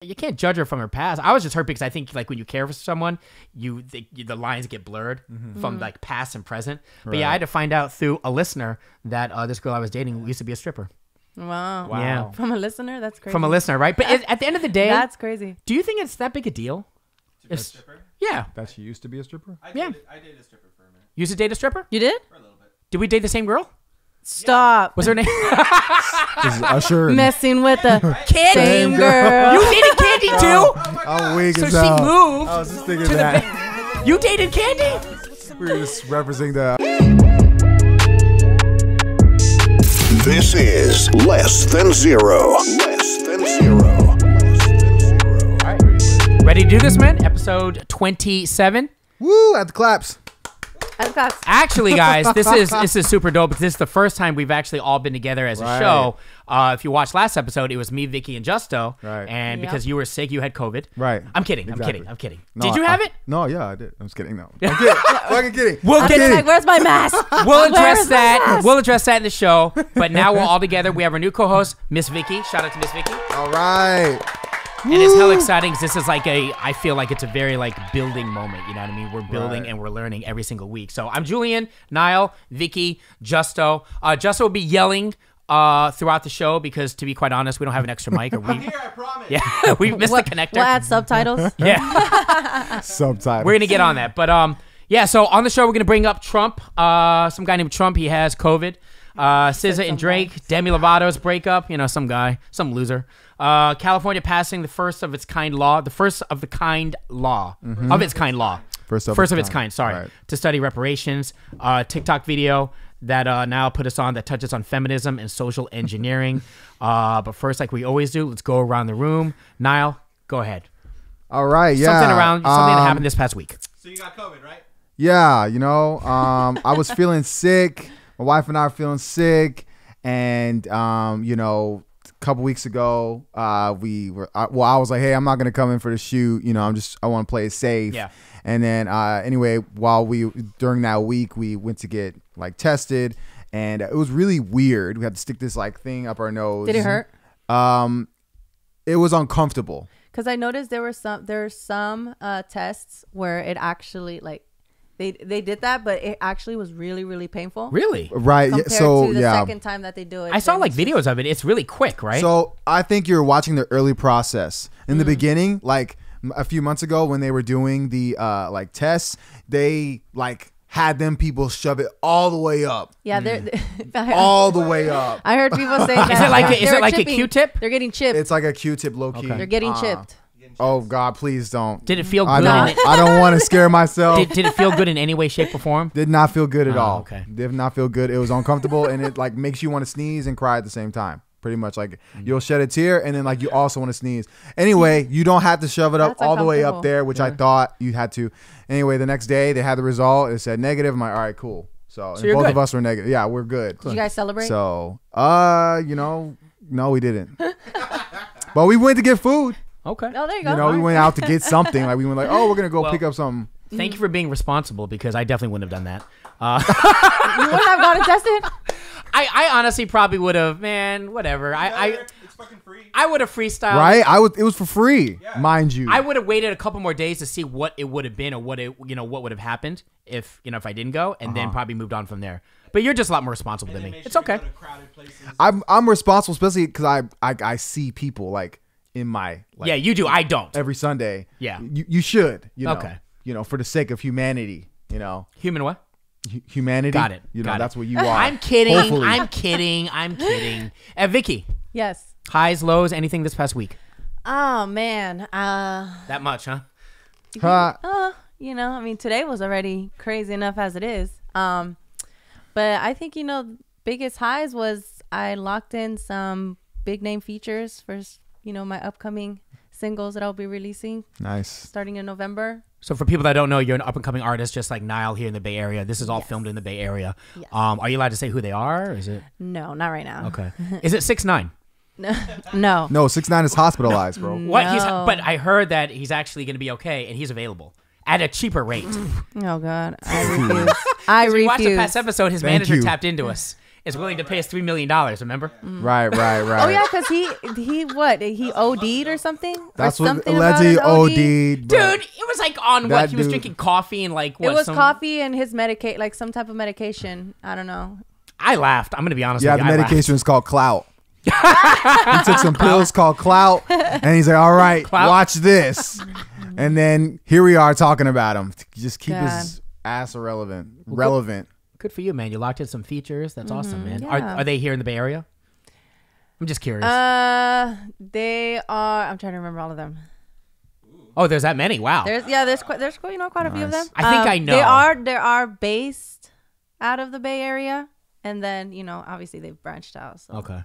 you can't judge her from her past. I was just hurt because I think like when you care for someone, you the, you- the lines get blurred Mm-hmm. Mm. from like past and present. But yeah, I had to find out through a listener that uh, this girl I was dating used to be a stripper Wow. Wow. Yeah. From a listener, that's crazy. from a listener, right? But it, at the end of the day, That's crazy. do you think it's that big a deal? A It's- stripper? yeah, That she used to be a stripper. I Yeah. dated, I dated a stripper for a minute, you used to date a stripper. You did? for a little bit. Did we date the same girl? Stop Was her name? This is Usher. and- messing with the Candy. same girl. You dated Candy too. I'm weak So as she Oh. hell. moved. I was just thinking that You dated Candy. we were just referencing the. This is Less Than Zero. Less Than Zero. Less than zero. Ready to do this, man? Episode twenty-seven. Woo! At the claps. At class. Actually, guys, this is this is super dope because this is the first time we've actually all been together as a Right. show. Uh, if you watched last episode, it was me, Vicky, and Justo. Right. And Yep. because you were sick, you had COVID. Right. I'm kidding. I'm Exactly. kidding. I'm kidding. No, Did you I- have I- it? No, yeah, I did. I'm just kidding. No, I'm kidding. fucking kidding. We'll I get was like, where's my mask? We'll address Where's my that. mask? We'll address that in the show. But now we're all together. We have our new co-host, Miss Vicky. Shout out to Miss Vicky. All right. And it's hell exciting 'cause this is like a. I feel like it's a very like building moment. You know what I mean? We're building Right. and we're learning every single week. So I'm Julian, Niall, Vicky, Justo. Uh, Justo will be yelling uh, throughout the show because, to be quite honest, we don't have an extra mic. Or we, Here, I promise. yeah, we missed What- the connector. We'll add subtitles. Yeah, Subtitles. we're gonna get on that. But um, yeah. So on the show, we're gonna bring up Trump. Uh, some guy named Trump. He has COVID. Uh, SZA and Drake, Demi Lovato's breakup. You know, some guy, some loser. Uh, California passing the first of its kind law. The first of the kind law of its kind law. Mm-hmm. First of first its of its kind. kind. Sorry Right. to study reparations. Uh, TikTok video that uh, now put us on that touches on feminism and social engineering. uh, but first, like we always do, let's go around the room. Niall, go ahead. All right. Yeah. Something around something that um, happened this past week. So you got COVID, right? Yeah, you know, um, I was feeling sick. My wife and I were feeling sick, and um, you know, a couple weeks ago, uh, we were. I, well, I was like, "Hey, I'm not gonna come in for the shoot. You know, I'm just I want to play it safe." Yeah. And then, uh, anyway, while we during that week, we went to get like tested, and it was really weird. We had to stick this like thing up our nose. Did it hurt? Um, it was uncomfortable. Because I noticed there were some there were some uh, tests where it actually like they they did that, but it actually was really really painful. Really? Right. yeah, Compared so to the yeah. second time that they do it, I saw then like it's just- videos of it. It's really quick, right? So I think you're watching the early process. In Mm. the beginning, like m- a few months ago when they were doing the uh like tests, they like had them people shove it all the way up. Yeah, they're, I, All the way up. I heard people say that. it like a- they Hmm. is it were like a chipping. Q-tip? Ah. They're getting chipped. It's like a Q-tip low key. they're getting chipped. Oh God, please don't. did it feel I good? don't. In it? I don't want to scare myself. Did, did it feel good in any way, shape, or form? Did not feel good at all. Oh, okay. Did not feel good. It was uncomfortable, and it like makes you want to sneeze and cry at the same time. Pretty much, like Mm. you'll shed a tear, and then like you also want to sneeze. Anyway, you don't have to shove it up That's all the way up uncomfortable. there, which I thought you had to. Anyway, the next day they had the result. It said negative. I'm like, all right, cool. So, and you're both of good. us were negative. Yeah, we're good. Did you guys celebrate? So, uh, you know, no, we didn't. but we went to get food. Okay. oh, there you go. You know, we went out to get something. Like we went like, oh, we're gonna go Well- pick up something. Thank you for being responsible because I definitely wouldn't have done that. Uh, You wouldn't have gotten tested. I, I honestly probably would have, man, whatever. I, I, Whatever, it's fucking free. I would have freestyled. Right? I was. It was for free, mind you. I would have waited a couple more days to see what it would have been or what it, you know, what would have happened if, you know, if I didn't go and Uh-huh. then probably moved on from there. But you're just a lot more responsible than They me. make It's sure you go okay. to crowded places. I'm I'm responsible, especially because I, I I see people like in my like, Yeah, you do. I don't. every Sunday. Yeah. you, you should. You know, Okay. You know, for the sake of humanity. You know, Human what? Hu- humanity. Got it. You know, Got it. that's what you are. I'm kidding. Hopefully. I'm kidding. I'm kidding. Uh, Vicky, Yes. highs, lows, anything this past week? Oh man. Uh, That much, huh? Huh. uh, you know, I mean, today was already crazy enough as it is. Um, but I think you know, biggest highs was I locked in some big name features for you know my upcoming singles that I'll be releasing nice. starting in November. So for people that don't know, you're an up and coming artist, just like Nile here in the Bay Area. This is all filmed in the Bay Area. Um, are you allowed to say who they are? Is it No, not right now. okay? is it six nine? No. No, six nine is hospitalized, bro. What? He's, No. but I heard that he's actually going to be okay, and he's available at a cheaper rate. Oh God, I refuse. I We watched the refuse. past episode. His Thank manager you. tapped into us is willing to pay us three million dollars. Remember? Right, right, right. Oh yeah, cause he he what he OD'd or something. Or That's what something about his allegedly OD. Dude, OD'd. but- it was like on what That he was dude- drinking coffee and like what? It was some- coffee and his medicate, like some type of medication. I don't know. I laughed. I'm gonna be honest. Yeah, with the you. I laughed. medication is called clout. he took some pills called clout, and he's like, "All right, Clout? watch this." And then here we are talking about him. Just keep his ass irrelevant. Relevant. Good for you, man. You locked in some features. That's awesome, man. Are, Mm-hmm. yeah. are they here in the Bay Area? I'm just curious. Uh, they are. I'm trying to remember all of them. oh, there's that many. Wow. There's yeah, there's quite there's quite you know quite a few of them. Um, I think I know. They are they are based out of the Bay Area, and then you know obviously they've branched out. So Okay.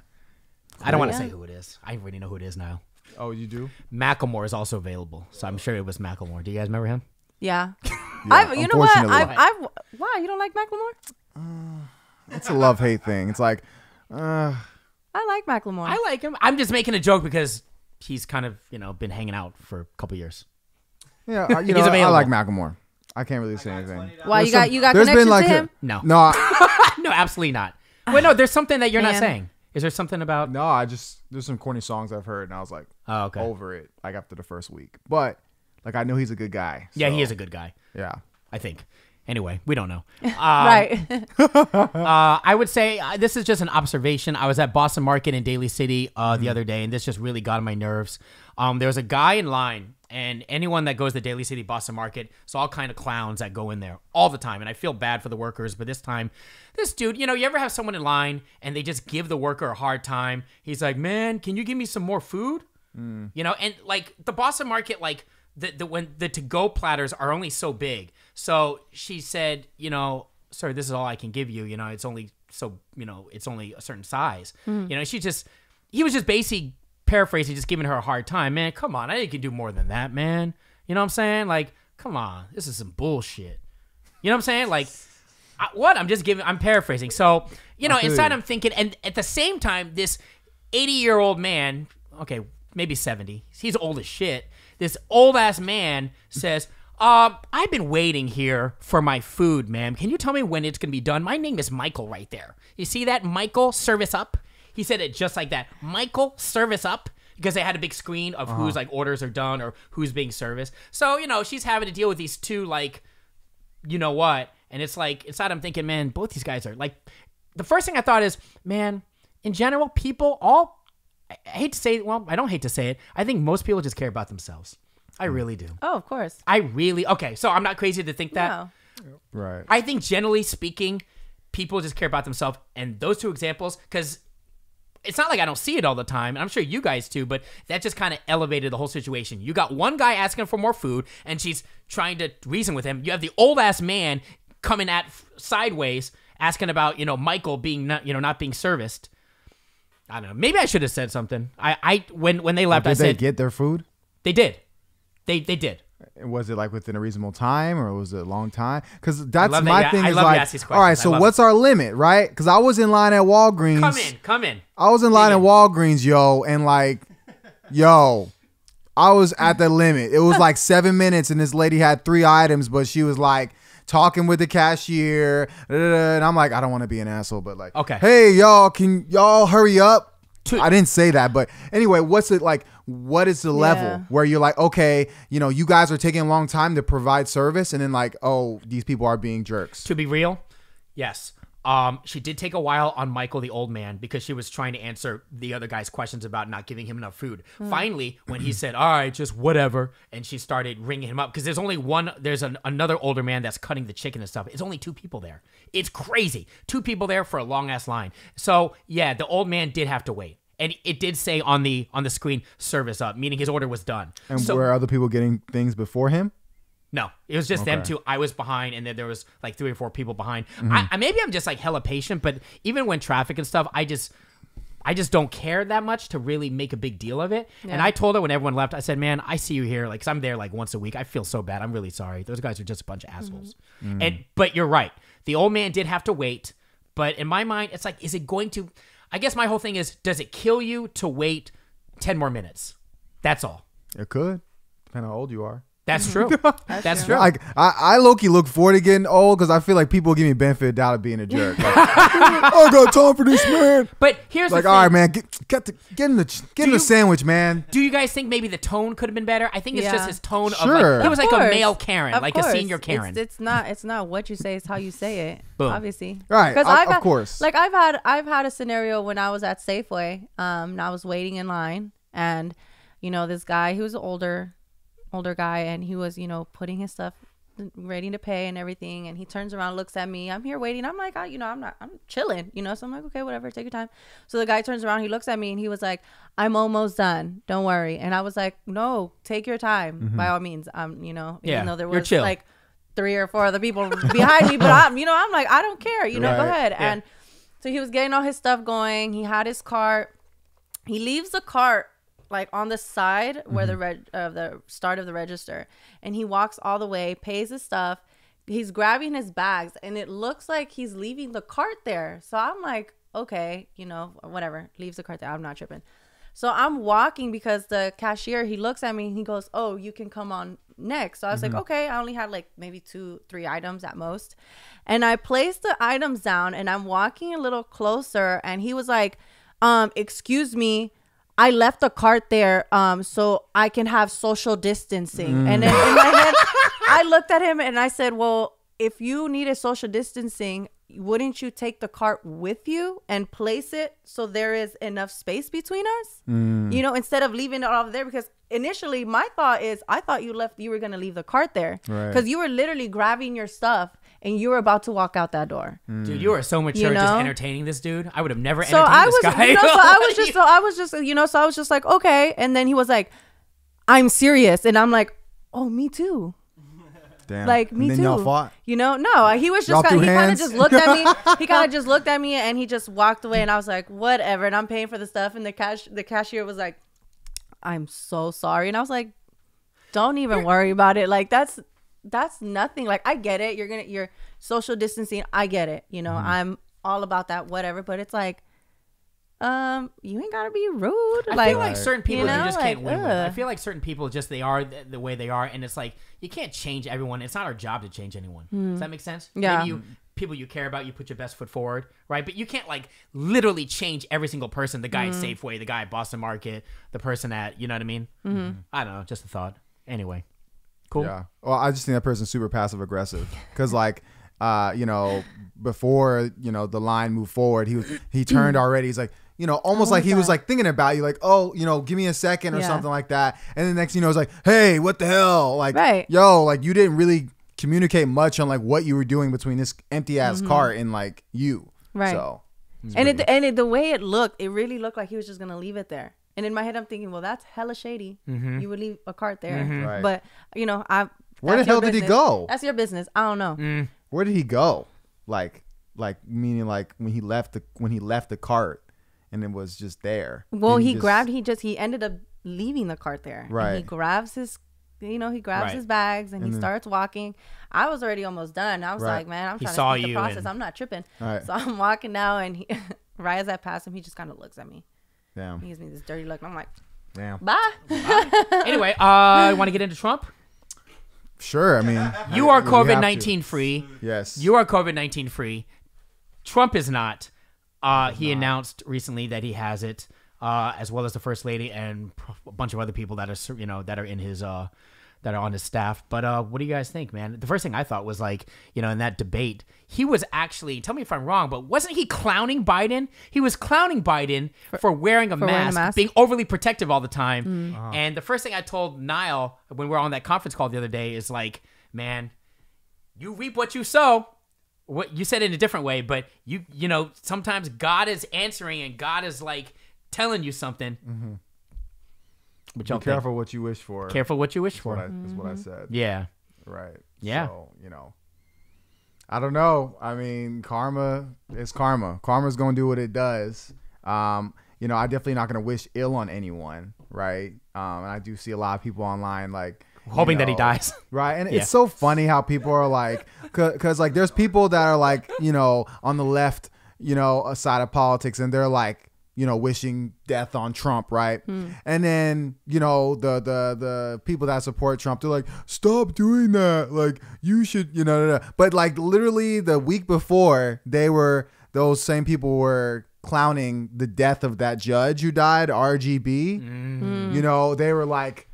I don't want to Yeah. say who it is. I already know who it is now. Oh, you do? Macklemore is also available, so I'm sure it was Macklemore. Do you guys remember him? yeah. I've, you know what? unfortunately. I've, I've, why you don't like Macklemore? It's a love hate thing. It's like, uh, I like Macklemore. I like him. I'm just making a joke because he's kind of you know been hanging out for a couple years. yeah, I- you know, He's I, I available. like Macklemore. I can't really say anything. Why you There's got some- you got there's connection been like to a- him? No, No, I, no, absolutely not. Well, no, there's something that you're not Man. saying. Is there something about? no, I just there's some corny songs I've heard, and I was like, Oh, okay. over it. Like after the first week, but like I know he's a good guy. Yeah, he so, is a good guy. Yeah. I think. Anyway, we don't know. um, right. Uh, I would say uh, this is just an observation. I was at Boston Market in Daly City uh, the other day, and this just really got on my nerves. Um, there was a guy in line, and anyone that goes to Daly City Boston Market, it's all kind of clowns that go in there all the time. And I feel bad for the workers, but this time, this dude, you know, you ever have someone in line and they just give the worker a hard time? He's like, "Man, can you give me some more food?" You know, and like the Boston market, like the, the when the to go platters are only so big. So she said, you know, sir, this is all I can give you. You know, it's only so you know, it's only a certain size. You know, she just he was just basically paraphrasing, just giving her a hard time. Man, come on, I think you can do more than that, man. You know what I'm saying? Like, come on, this is some bullshit. You know what I'm saying? Like, I, what? I'm just giving. I'm paraphrasing. So, you know, feel inside you. I'm thinking, and at the same time, this 80 year old man, okay, maybe 70, he's old as shit. This old ass man says, uh, I've been waiting here for my food, ma'am. Can you tell me when it's gonna be done? My name is Michael right there. You see that? Michael, service up. He said it just like that. Michael, service up because they had a big screen of whose Uh-huh. like orders are done or who's being serviced. So you know she's having to deal with these two like, you know what? And it's like inside I'm thinking, man, both these guys are like. The first thing I thought is, man, in general, people all. I I hate to say, well, I don't hate to say it. I think most people just care about themselves. I really do. Oh, of course. Oh. I really okay. So I'm not crazy to think that. No. Right. I think generally speaking, people just care about themselves. And those two examples, because it's not like I don't see it all the time, and I'm sure you guys too, but that just kind of elevated the whole situation. You got one guy asking for more food, and she's trying to reason with him. You have the old ass man coming at f- sideways, asking about you know Michael being not you know not being serviced. I don't know. Maybe I should have said something. I, I when when they left, I Did they said get their food? they did, they they did. was it like within a reasonable time or was it a long time? Because that's love that my you- thing. I is love you like, ask these all right, questions. I so love what's our limit, right? Because I was in line at Walgreens. Come in, come in. I was in line at Walgreens, yo, and like, yo, I was at the limit. It was like seven minutes, and this lady had three items, but she was like talking with the cashier, da, da, da, and I'm like, I don't want to be an asshole, but like, Okay. hey, y'all, can y'all hurry up? I didn't say that, but anyway, what's it like? What is the level where you're like, okay, you know, you guys are taking a long time to provide service, and then like, oh, these people are being jerks. to be real, yes. Um, she did take a while on Michael the old man because she was trying to answer the other guy's questions about not giving him enough food. Finally, when he said, "All right, just whatever," and she started ringing him up because there's only one, there's an, another older man that's cutting the chicken and stuff. It's only two people there. It's crazy. Two people there for a long ass line. So yeah, the old man did have to wait, and it did say on the on the screen "service up," meaning his order was done. And so, were other people getting things before him? no, it was just them two. I was behind, and then there was like three or four people behind. Mm-hmm. I, I maybe I'm just like hella patient, but even when traffic and stuff, I just I just don't care that much to really make a big deal of it. And Yeah. I told her when everyone left, I said, "Man, I see you here. Like, i I'm there like once a week. I feel so bad. I'm really sorry. Those guys are just a bunch of assholes." Mm. And but you're right. The old man did have to wait. But in my mind, it's like, is it going to? I guess my whole thing is, does it kill you to wait ten more minutes? That's all. It could, depending on how old you are. That's true. That's true. Like I, I Loki look forward to getting old because I feel like people give me benefit of doubt of being a jerk. Like, I got time for this man. But here's Like the all thing. right, man, get get the get in the ch- get in you- the sandwich, man. Do you guys think maybe the tone could have been better? I think it's just Yeah. his tone of Sure. like he was Of like a course. male Karen, Of like a course. senior It's- Karen. It's, not it's not what you say, it's how you say it. Boom. Obviously. Right, 'Cause of- I've of had- course. Like I've had I've had a scenario when I was at Safeway, um, and I was waiting in line and you know, this guy he was an older older guy and he was, you know, putting his stuff ready to pay and everything and he turns around looks at me i'm here waiting i'm like I, you know i'm not i'm chilling you know so i'm like okay whatever take your time so the guy turns around he looks at me and he was like i'm almost done don't worry and i was like no take your time by all means um you know Mm-hmm. Yeah, even though there you're was chill. like three or four other people behind me, but I'm, you know, I'm like, I don't care, you know, go Right. ahead. And so he was getting all his stuff going. He had his cart. He leaves the cart like on the side where the reg- of the start of the register, and he walks all the way, pays his stuff. He's grabbing his bags, and it looks like he's leaving the cart there. So I'm like, okay, you know, whatever. Leaves the cart there. I'm not tripping. So I'm walking because the cashier he looks at me and he goes, "Oh, you can come on next." So I was like, "Okay." I only had like maybe two, three items at most, and I placed the items down and I'm walking a little closer, and he was like, um, "Excuse me." I left the cart there um, so I can have social distancing. And then in my head, I looked at him and I said, Well, if you needed social distancing, wouldn't you take the cart with you and place it so there is enough space between us? You know, instead of leaving it all there because initially my thought is I thought you left you were going to leave the cart there Right. because you were literally grabbing your stuff and you were about to walk out that door. dude, you are so mature You just know? entertaining this dude. I would have never So entertained I this was, guy. you know, so I What was do just, you- so I was just, you know, so I was just like, okay. And then he was like, I'm serious. And I'm like, oh, me too. Damn. Like And me then too. y'all fought. You know, no, he was Y'all just kinda, threw he kind hands? of just looked at me. He kind of just looked at me and he just walked away. And I was like, whatever. And I'm paying for the stuff. And the cash the cashier was like, I'm so sorry. And I was like, don't even worry about it. Like that's that's nothing. Like I get it. You're gonna you're social distancing. I get it. You know, Mm-hmm. I'm all about that. Whatever. But it's like, um, you ain't gotta be rude. I like, feel like certain people you, know, just can't like, win with. I ugh. feel like certain people just they are the, the way they are, and it's like you can't change everyone. It's not our job to change anyone. Does that make sense? Hmm. Yeah. Maybe you people you care about, you put your best foot forward, right? But you can't like literally change every single person. The guy Hmm. at Safeway, the guy at Boston Market, the person at you know what I mean? Mm-hmm. I don't know. Just a thought. Anyway, cool. Yeah. Well, I just think that person's super passive aggressive because, like, uh, you know, before you know the line moved forward, he was he turned already. He's like, you know, almost like he was like thinking about you, like, oh, you know, give me a second or Oh, Yeah. something like that. And then next, thing you know, it's like, hey, what the hell? Like, Right. yo, like you didn't really communicate much on like what you were doing between this empty ass cart and like you. Mm-hmm. Right. So and it and it, the way it looked, it really looked like he was just gonna leave it there. And in my head, I'm thinking, well, that's hella shady. Mm-hmm. You would leave a cart there, Right. but you know, I. Where the that's your hell did he business. go? That's your business. I don't know. Mm. where did he go? Like, like meaning like when he left the when he left the cart and it was just there. Well, Didn't he just- grabbed. He just he ended up leaving the cart there. And Right. he grabs his, you know, he grabs Right. his bags and, he starts walking. I was already almost done. I was Right. like, man, I'm He trying saw to speed you the process. and- I'm not tripping. Right. So I'm walking now, and he, right as I pass him, he just kind of looks at me. He Damn. gives me this dirty look, and I'm like, Damn. bye. Anyway, uh, want to get into Trump? Sure. I mean, You are we have to. COVID nineteen free. Yes. You are COVID 19 free. Trump is not. Uh, he announced recently that he has it, uh, as well as the first lady and p- a bunch of other people that are sur- you know that are in his uh, that are on his staff. But uh, what do you guys think, man? The first thing I thought was like you know in that debate he was actually tell me if I'm wrong, but wasn't he clowning Biden? He was clowning Biden for, wearing, a, wearing a mask, mask? being overly protective all the time. And the first thing I told Niall when we were on that conference call the other day is like, man, you reap what you sow. What you said it in a different way, but you you know sometimes God is answering and God is like telling you something. Mm-hmm. But y'all be think- careful what you wish for. careful what you wish What I, for. Is what I said. Yeah, Right. Yeah. So, you know, I don't know. I mean, karma is karma. Karma's going to do what it does. Um, you know, I'm definitely not going to wish ill on anyone, right? Um, and I do see a lot of people online like you hoping that he know, dies. Right. And Yeah. it's so funny how people are like, because like there's people that are like, you know, on the left, you know, side of politics and they're like, you know, wishing death on Trump, right? And then, you know, the the the people that support Trump, they're like, stop doing that. Like, you should, you know, da, da. but like literally the week before, they were those same people were clowning the death of that judge who died, RGB. You know, they were like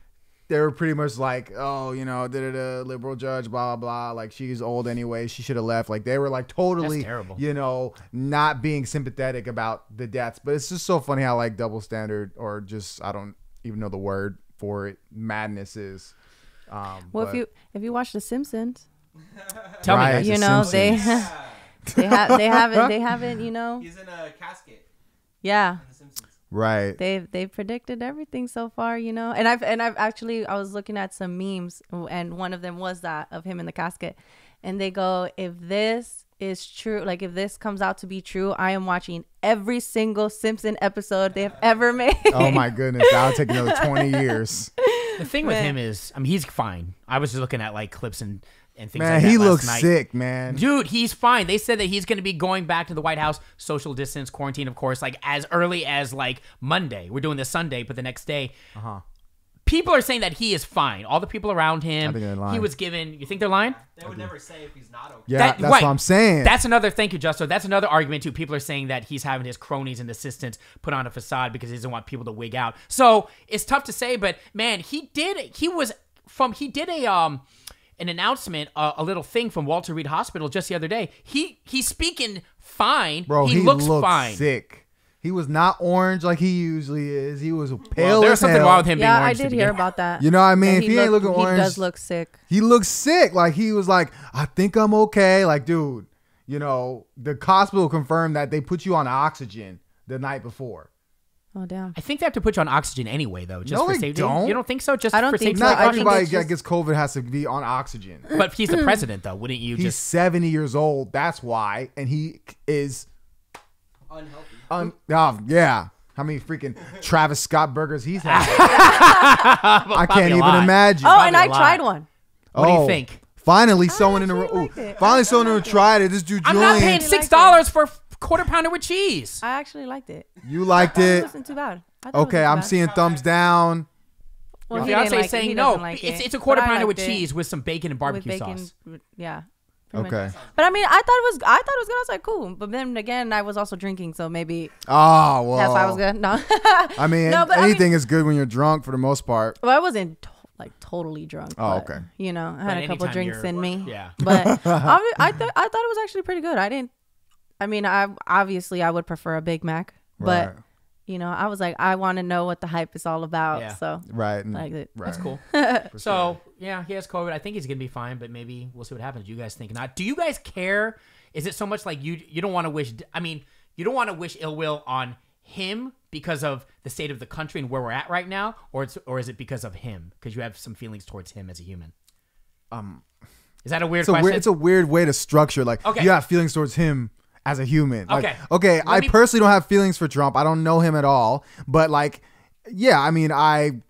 they were pretty much like, oh, you know, da da da, liberal judge, blah blah blah. Like she's old anyway, she should have left. Like they were like totally, That's terrible. you know, not being sympathetic about the deaths. But it's just so funny how like double standard or just I don't even know the word for it madness is. Um, Well, but- if you if you watch The Simpsons, Tell Right. me. The you know they Simpsons. they have they haven't they haven't you know He's in a casket yeah in The Simpsons. right? they they predicted everything so far you know and I've and I've actually I was looking at some memes and one of them was that of him in the casket and they go if this is true like if this comes out to be true I am watching every single Simpson episode they have ever made oh my goodness, that'll take another twenty years. The thing with Man. him is, I mean, he's fine. I was just looking at like clips and, and things Man, like that he last looks night. sick, man. Dude, he's fine. They said that he's going to be going back to the White House, social distance, quarantine, of course, like as early as like Monday. We're doing this Sunday, but the next day. Uh Uh-huh. huh. People are saying that he is fine. All the people around him. I think they're lying. He was given. You think they're lying? They would never say if he's not okay. Yeah, That- that's right. what I'm saying. That's another thank you, Justo. That's another argument too. People are saying that he's having his cronies and assistants put on a facade because he doesn't want people to wig out. So it's tough to say, but man, he did. He was from. He did a um an announcement, uh, a little thing from Walter Reed Hospital just the other day. He he's speaking fine. Bro, he, he, looks looked fine. sick. He was not orange like he usually is. He was pale. Well, there's as something hell. wrong with him. yeah being I orange to did begin hear with. about that You know what I mean? That If he ain't looked- looking he orange- does look sick He looked sick. Like he was like, I think I'm okay. Like, dude, you know, the hospital confirmed that they put you on oxygen the night before. oh damn I think they have to put you on oxygen anyway, though, just No, for they safety. don't. You don't think so? Just I don't for think safety so. Not I think everybody it's that just- gets COVID has to be on oxygen. But he's the president, though. Wouldn't you He's just 70 years old. That's why, and he is Unhealthy. un- oh, yeah. How many freaking Travis Scott burgers he's had? I can't even lot. imagine. Oh. oh and a I lot. tried one What do you think? Finally, someone in the actually room. liked it. Finally, someone in the room tried it. This dude I'm not paying Julian, Really six like dollars for a quarter pounder with cheese. I actually liked it you liked it it. wasn't too bad I thought it Okay, wasn't I'm bad. seeing thumbs down. Well, Your he didn't fiance like is it. saying He no. doesn't like it's, it. it's a quarter But I pounder with liked it cheese with some bacon and with barbecue bacon. sauce. r- Yeah. pretty Okay. much. But I mean, I thought it was. I thought it was good. I was like, cool. But then again, I was also drinking, so maybe Oh well. that's why I was good. No. I mean, No, but I anything is good when you're drunk for the most part. Well, I wasn't to- like totally drunk. Oh, but, okay. You know, I had But a couple anytime drinks you're- in me. yeah. But I, mean, I thought I thought it was actually pretty good. I didn't. I mean, I obviously I would prefer a Big Mac, but Right. you know, I was like, I want to know what the hype is all about. Yeah. So Right. and- like it. right. That's cool. so yeah, he has COVID. I think he's gonna be fine, but maybe we'll see what happens. You guys think not? Do you guys care? Is it so much like you? You don't want to wish. I mean, you don't want to wish ill will on him because of the state of the country and where we're at right now, or it's or is it because of him? Because you have some feelings towards him as a human. Um, is that a weird Um, It's a, question? weird, it's a weird way to structure. Like, Okay. you have feelings towards him as a human. Like, Okay. Okay. I me- personally don't have feelings for Trump. I don't know him at all. But, like, yeah, I mean, I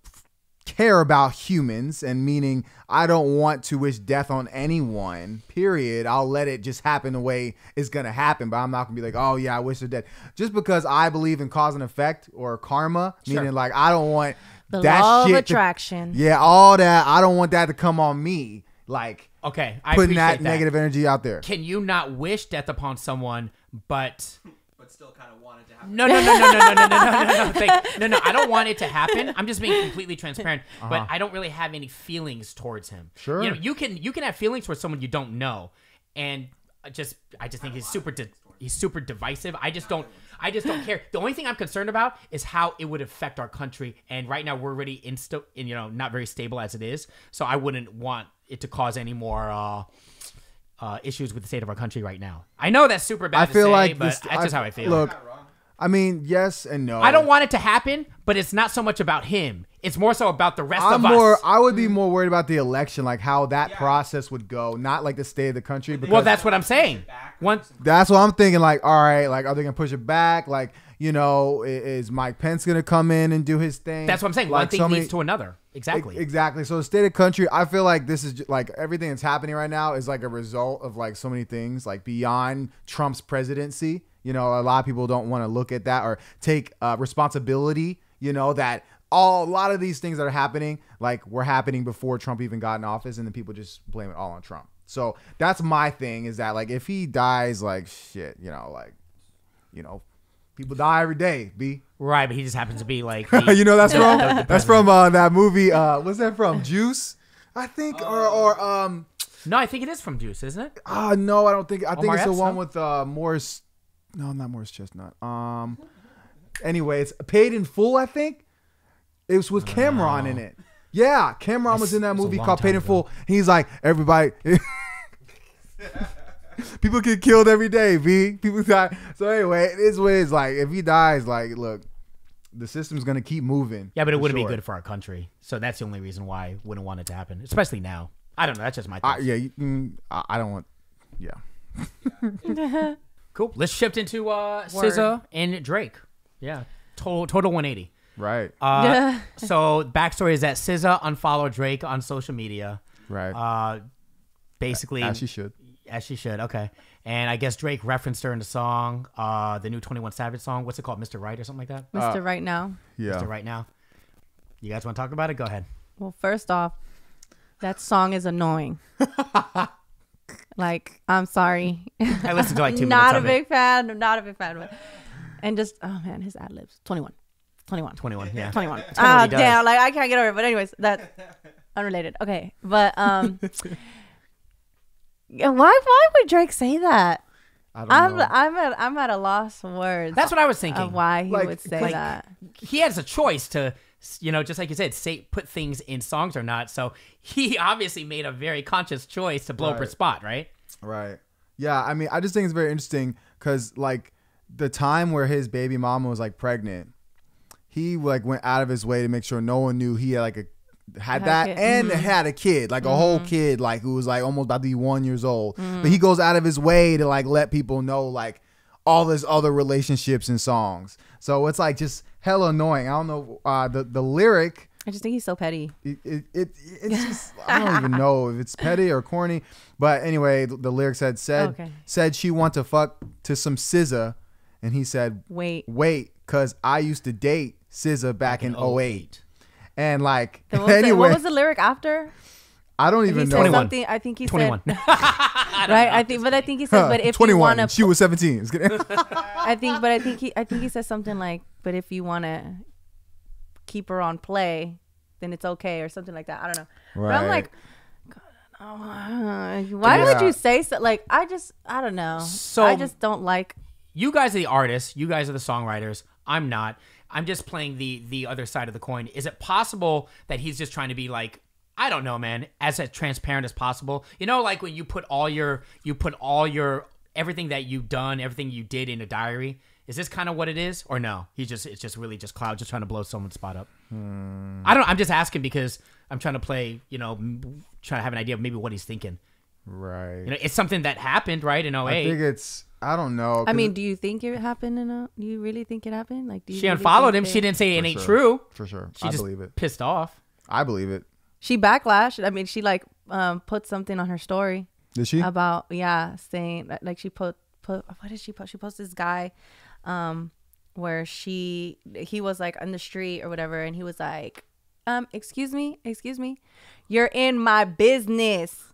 care about humans and meaning I don't want to wish death on anyone, period. I'll let it just happen the way it's going to happen. But I'm not going to be like, oh, yeah, I wish they're dead. Just because I believe in cause and effect or karma, meaning, like, I don't want. The that law of shit to- attraction. Yeah, all that. I don't want that to come on me. Like okay, I putting appreciate that, that, negative energy out there. Can you not wish death upon someone, but But still kind of wanted to have No, no, no, no, no, no, no, no, no, no, no. Thank, no, no. I don't want it to happen. I'm just being completely transparent. But I don't really have any feelings towards him. Uh-huh. Sure. You know, you can you can have feelings towards someone you don't know, and I just I just think he's super di- he's super divisive. I just don't I just don't care. The only thing I'm concerned about is how it would affect our country. And right now we're already in, sto- in you know not very stable as it is. So I wouldn't want it to cause any more. Uh, uh, issues with the state of our country right now. I know that's super bad. I to feel say, like but this, that's just how I feel. Look, wrong. I mean, yes and no. I don't want it to happen, but it's not so much about him. It's more so about the rest I'm of more. us. I would be more worried about the election, like how that Mm. Yeah. process would go, not like the state of the country. Because well, that's what I'm saying. Back or One, something. That's what I'm thinking. Like, all right, like, are they gonna push it back? Like, you know, i- is Mike Pence gonna come in and do his thing? that's what I'm saying. One Like, thing so many- leads to another. Exactly. E- Exactly. So the state of country, I feel like this is ju- like everything that's happening right now is like a result of like so many things, like beyond Trump's presidency. You know, a lot of people don't want to look at that or take uh, responsibility. You know that all a lot of these things that are happening like were happening before Trump even got in office, and then people just blame it all on Trump. So that's my thing is that like if he dies, like shit, you know, like you know, people die every day. B, Right, but he just happens to be like you the- know that's from the- the that's from uh, that movie. Uh, what's that from? Juice, I think, or Oh. or um. No, I think it is from Juice, isn't it? Ah, no, I don't think. I think Omar it's the Epps, one no? with uh, Morris. No, not Morris Chestnut. Um. Anyway, it's paid in full. I think it was with Cameron in it. Yeah, Cameron was in that That's- that's a movie long called time Paid in ago. Full. He's like, everybody. People get killed every day, V. People die. So anyway, it is what it is. Like, if he dies, like, look, the system's gonna keep moving. Yeah, but it for wouldn't sure. be good for our country. So that's the only reason why I wouldn't want it to happen, especially now. I don't know. That's just my I, thought. yeah, you, mm, I, I don't want. Yeah. Cool. Let's shift into uh, Word. SZA and Drake. Yeah, total total 180. Right. Uh, so backstory is that SZA unfollowed Drake on social media. right. Uh, basically, As she should. As she should. Okay. And I guess Drake referenced her in the song, uh, the new 21 Savage song. What's it called? Mr. Right or something like that? Mr. Right Now. Yeah. Mr. Right now. You guys want to talk about it? Go ahead. Well, first off, that song is annoying. like, I'm sorry. I listened to like two minutes not a of it. big fan. I'm not a big fan. But, and just, oh man, his ad libs. 21. 21. 21. Yeah. 21. what Ah, he does. damn. Like, I can't get over it. But, anyways, that unrelated. Okay. But, um, yeah, why, why would Drake say that? I don't I'm, know. I'm at, I'm at a loss for words. That's what I was thinking. of why he Like- would say like- that. he has a choice to you know just like you said say put things in songs or not so he obviously made a very conscious choice to blow up her Right. spot right Right. Yeah. I mean, I just think it's very interesting because, like, the time where his baby mama was like pregnant, he like went out of his way to make sure no one knew he had like a Mm-hmm. had a that kid. and had a kid, like a whole kid, like who was like almost about to be one years old. But he goes out of his way to like let people know like all his other relationships and songs. So it's like just hella annoying. I don't know uh, the the lyric I just think he's so petty. it, it, it it's just I don't even know if it's petty or corny. But anyway, the, the lyrics had said Okay. said she want to fuck to some SZA, and he said Wait. wait, cause I used to date SZA back in 08. and like Then what was, the, anyway, what was the lyric after? I don't He even said know. 21. something. I think he 21 said right. I think, but I think he said, but if you want she to, was seventeen. Just kidding. I think, but I think he, I think he said something like, but if you want to keep her on play, then it's okay or something like that. I don't know. But Right. I'm like, God, oh, why would Yeah. you say so? Like, I just, I don't know. So- I just don't like. you guys are the artists you guys are the songwriters i'm not i'm just playing the the other side of the coin is it possible that he's just trying to be like i don't know man as as transparent as possible you know like when you put all your you put all your everything that you've done everything you did in a diary is this kind of what it is or no he's just it's just really just cloud just trying to blow someone's spot up Hmm. i don't i'm just asking because i'm trying to play you know m- trying to have an idea of maybe what he's thinking right. you know it's something that happened right in 08 I think it's I don't know. I 'cause mean, do you think it happened? In a, do you really think it happened? Like, do you she really unfollowed him think she they- didn't say it for ain't sure, true for sure. She I just believe it. pissed off. I believe it. She backlashed. I mean, she like um put something on her story. Did she? about yeah saying li- like she put put what did she post she posted this guy um where she he was like on the street or whatever and he was like um excuse me excuse me you're in my business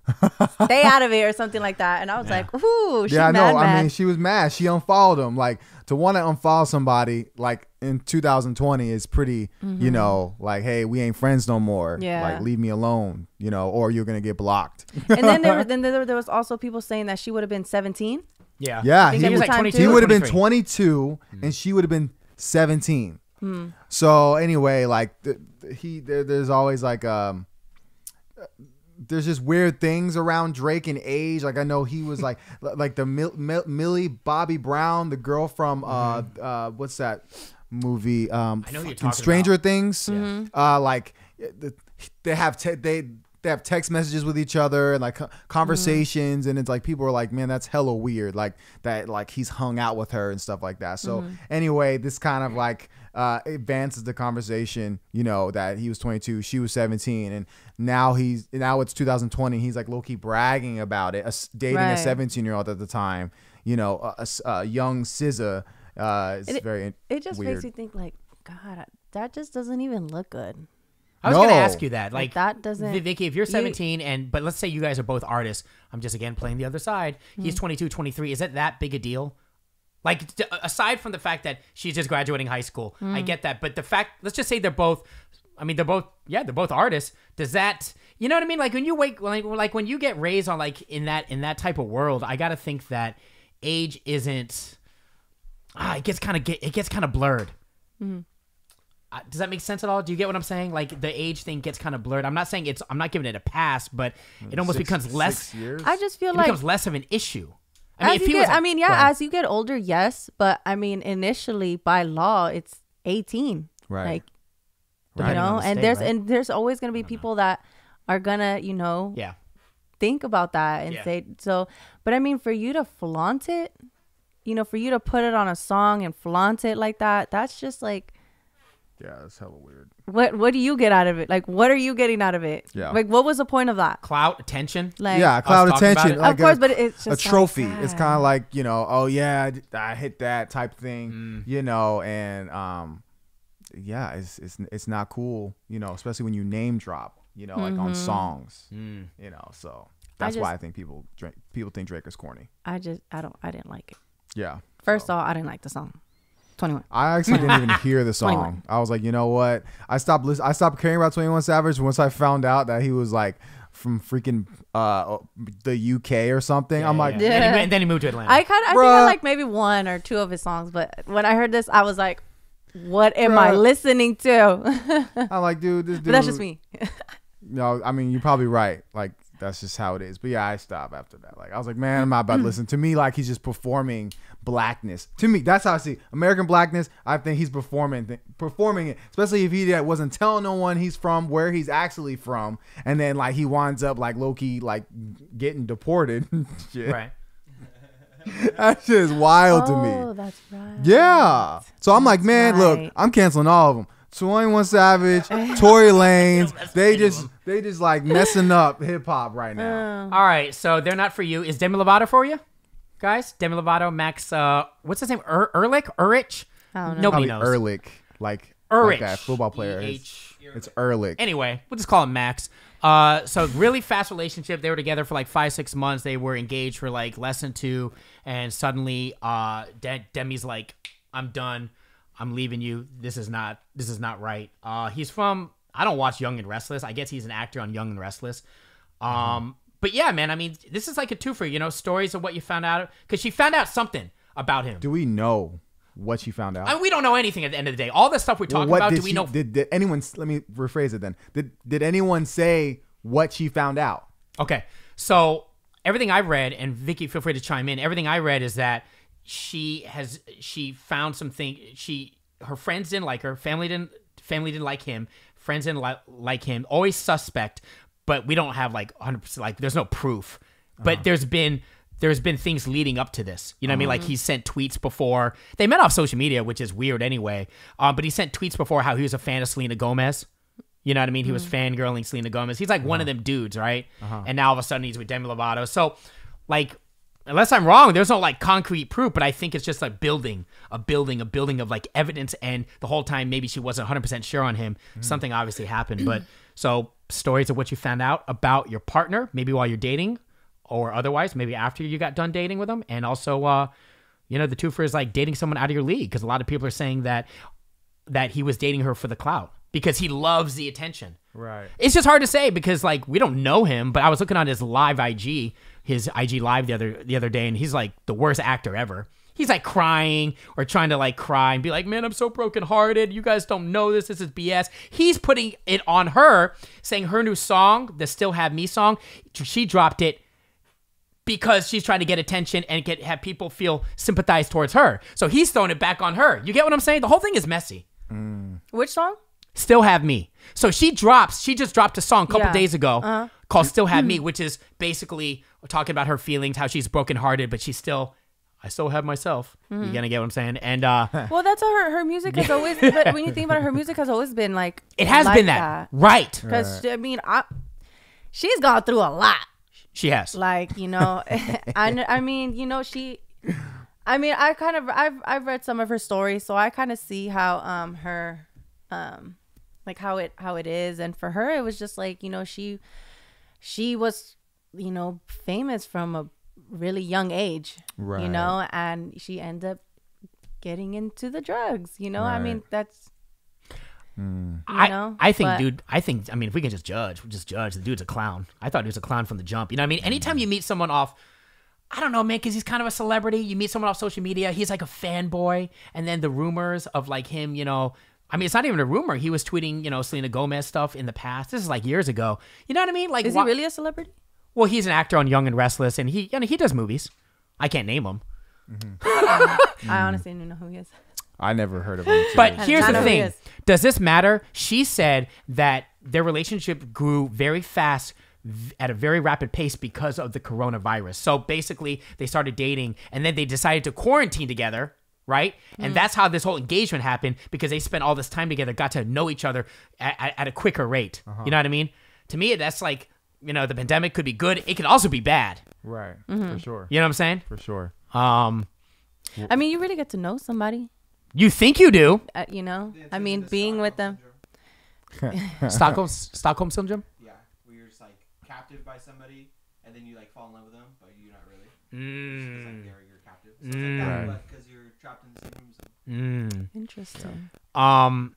stay out of it or something like that and i was like ooh she yeah, I mad, know. mad. I mean, she was mad. She unfollowed him. Like to want to unfollow somebody like in 2020 is pretty, you know, like hey, we ain't friends no more. Mm-hmm. Yeah. like leave me alone, you know, or you're gonna get blocked. and then there were then there, there was also people saying that she would have been 17 Yeah. Yeah, that he was was like like 22 he or would have been 23. 22 Hmm. and she would have been 17. So anyway, like th- th- he there, there's always like um there's just weird things around Drake and age. Like I know he was like li- like the Mil- Mil- Millie Bobby Brown, the girl from uh uh what's that movie? Um, Mm-hmm. I know who you're fucking talking Stranger Things. Mm-hmm. Uh, like the- they have te- they they have text messages with each other and like co- Mm-hmm. conversations, and it's like people are like, man, that's hella weird. Like that, like he's hung out with her and stuff like that. So Mm-hmm. anyway, this kind of like uh, advances the conversation. You know that he was 22, she was 17, and now he's now it's 2020. He's like low key bragging about it, a s- dating a Right. 17 year old at the time. you know, a, a s- a young SZA. Uh, it's It- very. It just weird. makes you think, like, God, that just doesn't even look good. I was gonna No. ask you that, like Like, that doesn't- Vi- Vicky, if you're you- 17 and but let's say you guys are both artists. I'm just again playing the other side. He's 22, 23. Is it that big a deal? Like d- aside from the fact that she's just graduating high school, I get that. But the fact, let's just say they're both. I mean, they're both. Yeah, they're both artists. Does that? You know what I mean? Like when you wake, like, like when you get raised on like in that in that type of world, I gotta think that age isn't. Ah, it gets kind of get it gets kind of blurred. Mm-hmm. Uh, does that make sense at all? Do you get what I'm saying? Like the age thing gets kind of blurred. I'm not saying it's. I'm not giving it a pass, but it almost Mm, six- becomes six less. years? I just feel It like becomes less of an issue. I as you get, a- I mean, go yeah, ahead. as you get older, yes, but I mean, initially by law, it's eighteen, Right. Like, you Depending on know, the and state, there's right? and there's always gonna be people that are gonna, you know, yeah, think about that and Yeah. say so. But I mean, for you to flaunt it, you know, for you to put it on a song and flaunt it like that, that's just like. yeah, it's hella weird. What what do you get out of it? Like what are you getting out of it? Yeah. Like what was the point of that? clout, attention. Like yeah, cloud talking about attention. it. Like Of course, a, but it's a just trophy. like it's that. kind of like you know, oh yeah, I d- I, hit that type thing, you know, and um, yeah, it's it's it's not cool, you know, especially when you name drop, you know, like on songs, you know, so that's why Mm-hmm. just- I think people drink people think Drake is corny. I just I don't I didn't like it. Yeah, First of all, I didn't like the song. Twenty one. I actually didn't even hear the song. 21. I was like, you know what? I stopped listening. I stopped caring about Twenty One Savage once I found out that he was like from freaking uh the UK or something. I'm like, yeah. And, Yeah. he, and then he moved to Atlanta. I kind of I think I Bruh. like maybe one or two of his songs, but when I heard this, I was like, "What am I Bruh. listening to?" I'm like, dude, this dude. but that's just me. No, I mean you're probably right. Like that's just how it is. But yeah, I stopped after that. Like I was like, man, I'm not about to listen. To me, like he's just performing blackness. To me, that's how I see it. American blackness. I think he's performing th- performing it, especially if he that wasn't telling no one he's from, where he's actually from, and then like he winds up like Loki, like getting deported. Shit. right. That shit is wild to me. Oh, that's right. Yeah. So I'm like, man, look, right. I'm canceling all of them. 21 Savage, Tory Lanez, they just they just like messing up hip hop right Oh. now. All right, so they're not for you. Is Demi Lovato for you, guys? Demi Lovato, Max. Uh, what's his name? Er- Erlich, Erich. I don't know. Nobody Probably knows. Ehrlich, like, Erich. like that football player. It's, E-H. it's Ehrlich. Anyway, we'll just call him Max. Uh, so really fast relationship. They were together for like five, six months. They were engaged for like less than two, and suddenly, uh, De- Demi's like, "I'm done. I'm leaving you. This is not. This is not right." Uh, he's from. I don't watch Young and Restless. I guess he's an actor on Young and Restless. Um, Uh-huh. but yeah, man. I mean, this is like a twofer. You know, stories of what you found out because she found out something about him. Do we know what she found out? I mean, we don't know anything at the end of the day. All the stuff we're talking what about, did do we she- know? Did, did anyone? s- Let me rephrase it then. Did did anyone say what she found out? Okay. So everything I read, and Vicky, feel free to chime in. Everything I read is that she has she found something. She her friends didn't like her. Family didn't family didn't like him. Friends didn't li- like him. Always suspect, but we don't have like 100 percent like there's no proof. But there's been there's been things leading up to this. You know what I mean? Like he sent tweets before they met off social media, which is weird anyway. Um, but he sent tweets before how he was a fan of Selena Gomez. You know what I mean? He was fangirling Selena Gomez. He's like one of them dudes, right? And now all of a sudden he's with Demi Lovato. So, like, unless I'm wrong, there's no like concrete proof, but I think it's just like building, a building, a building of like evidence. And the whole time, maybe she wasn't 100% sure on him. Something obviously happened. But so, stories of what you found out about your partner, maybe while you're dating or otherwise, maybe after you got done dating with them. And also, uh, you know, the twofer is like dating someone out of your league because a lot of people are saying that that he was dating her for the clout because he loves the attention. Right. It's just hard to say because like we don't know him, but I was looking on his live IG, his IG live the other the other day, and he's like the worst actor ever. He's like crying or trying to like cry and be like, "Man, I'm so brokenhearted. You guys don't know this. This is BS." He's putting it on her, saying her new song, the "Still Have Me" song, she dropped it because she's trying to get attention and get have people feel sympathized towards her. So he's throwing it back on her. You get what I'm saying? The whole thing is messy Which song? still have me so she drops she just dropped a song a couple Yeah. Uh-huh. Mm-hmm. days ago called still have me which is basically talking about her feelings how she's brokenhearted but she's still i still have myself Mm-hmm. you gonna get what i'm saying and uh Well, that's her. Her music has always. But when you think about it, her music has always been like. it has like been that, right Because I mean, I, she's gone through a lot. she has Like you know, I kn- I mean you know she I mean, I kind of I've I've read some of her stories, so I kind of see how um her um like how it how it is and for her it was just like, you know, she she was, you know, famous from a really young age, Right. you know, and she ended up getting into the drugs, you know? I mean, that's you I, know, I think, but- dude, I think, I mean, if we can just judge, we just judge. The dude's a clown. I thought he was a clown from the jump. You know what I mean? Anytime you meet someone off, I don't know, man, because he's kind of a celebrity. You meet someone off social media, he's like a fanboy. And then the rumors of like him, you know, I mean, it's not even a rumor. He was tweeting, you know, Selena Gomez stuff in the past. This is like years ago. You know what I mean? Like, Is why- he really a celebrity? well, he's an actor on Young and Restless, and he, you know, he does movies. I can't name him. I honestly don't know who he is. I never heard of him. too. But here's the Tyler thing: Hughes. Does this matter? She said that their relationship grew very fast v- at a very rapid pace because of the coronavirus. So basically, they started dating, and then they decided to quarantine together. Right, and that's how this whole engagement happened because they spent all this time together, got to know each other at, at, at a quicker rate. You know what I mean? To me, that's like you know the pandemic could be good; it could also be bad. right, for sure, You know what I'm saying? for sure. Um, I mean, you really get to know somebody, you think you do uh, you know? I mean, being with them. Stockholm Stockholm syndrome? Yeah, where you're just like captive by somebody, and then you like fall in love with them, but you're not really. It's just, like they're your captive. So it's like that, but because you're trapped in the same room. as them. Interesting. Um,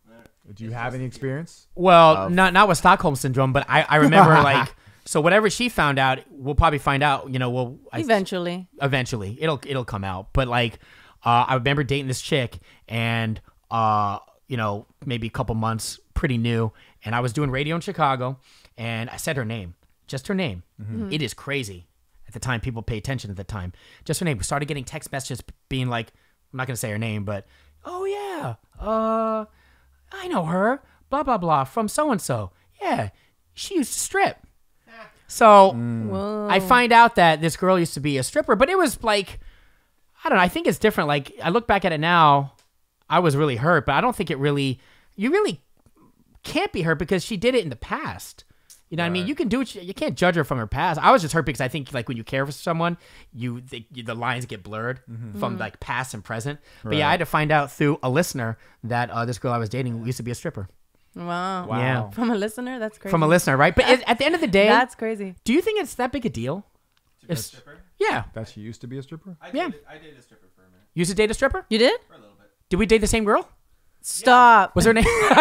Do you have any experience? Well, not not with Stockholm syndrome, but I, I remember like so whatever she found out, we'll probably find out. You know, we'll I, Eventually. eventually it'll it'll come out. But like, uh, I remember dating this chick, and uh, you know, maybe a couple months, pretty new, and I was doing radio in Chicago, and I said her name, just her name. It is crazy. At the time, people pay attention. At the time, just her name. We started getting text messages being like, I'm not gonna say her name, but oh yeah, uh, I know her, blah blah blah, from so and so. Yeah, she used to strip. So Whoa. I find out that this girl used to be a stripper, but it was like, I don't know. I think it's different. Like I look back at it now, I was really hurt, but I don't think it really. You really can't be hurt because she did it in the past. You know what I mean? You can do it. You can't judge her from her past. I was just hurt because I think like when you care for someone, you the, you- the lines get blurred Mm. from like past and present. But yeah, I had to find out through a listener that uh, this girl I was dating used to be a stripper Wow. Yeah. From a listener? That's crazy. from a listener, right? But it, at the end of the day, That's crazy. do you think it's that big a deal? To be a Yes. stripper, Yeah, That she used to be a stripper. I Yeah. did. I did a stripper for a minute, you used to date a stripper? You did? for a little bit. Did we date the same girl? Stop Was her name?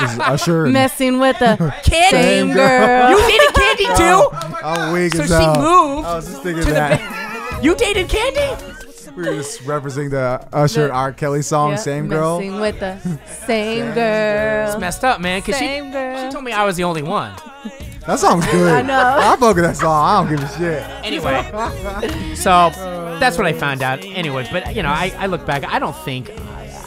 This is Usher. and- messing with the Candy. same girl. You dated Candy too. I'm weak So as she hell. moved. I was just thinking that You dated Candy. we were just referencing the Usher and R. Kelly song, Yeah, same girl. Messing with the same girl. Messed up, man. Cause she, Same girl. she told me I was the only one. That song's good. I know. I fuck with that song. I don't give a shit. Anyway, so that's what I found out. Anyway, but you know, I, I look back. I don't think.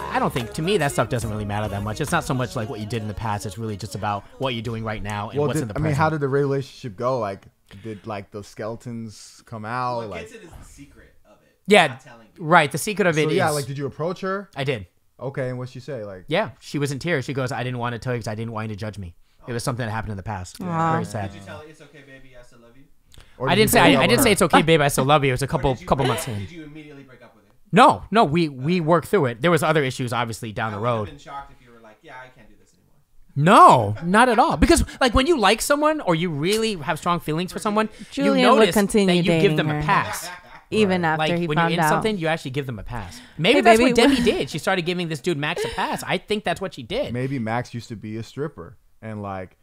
I don't think to me that stuff doesn't really matter that much. It's not so much like what you did in the past. It's really just about what you're doing right now and Well, what's did, in the I present. mean, how did the relationship go? Like, did like the skeletons come out? What like, gets it is the secret of it. yeah, Not telling people. right. The secret of it so is yeah, like did you approach her? I did. Okay, and what she say? Like, Yeah, she was in tears. She goes, "I didn't want to tell you because I didn't want you to judge me. It was something that happened in the past. Very sad." Did you tell her it's okay, baby? I still love you. or I did you didn't say break I, I up didn't with say her? it's okay, babe. I still love you. It was a Or couple did you- couple months in. Did you immediately break up with her? No, no, we we worked through it. There was other issues obviously down the I would have road. been shocked if you were like, yeah, I can't do this anymore. No, not at all. Because like when you like someone or you really have strong feelings for someone, you Julian would notice continue that you give dating them a her. pass. Even after Like he when you're found in out. something, you actually give them a pass. Maybe Hey, that's what baby, Debbie did. She started giving this dude Max a pass. I think that's what she did. Maybe Max used to be a stripper, and like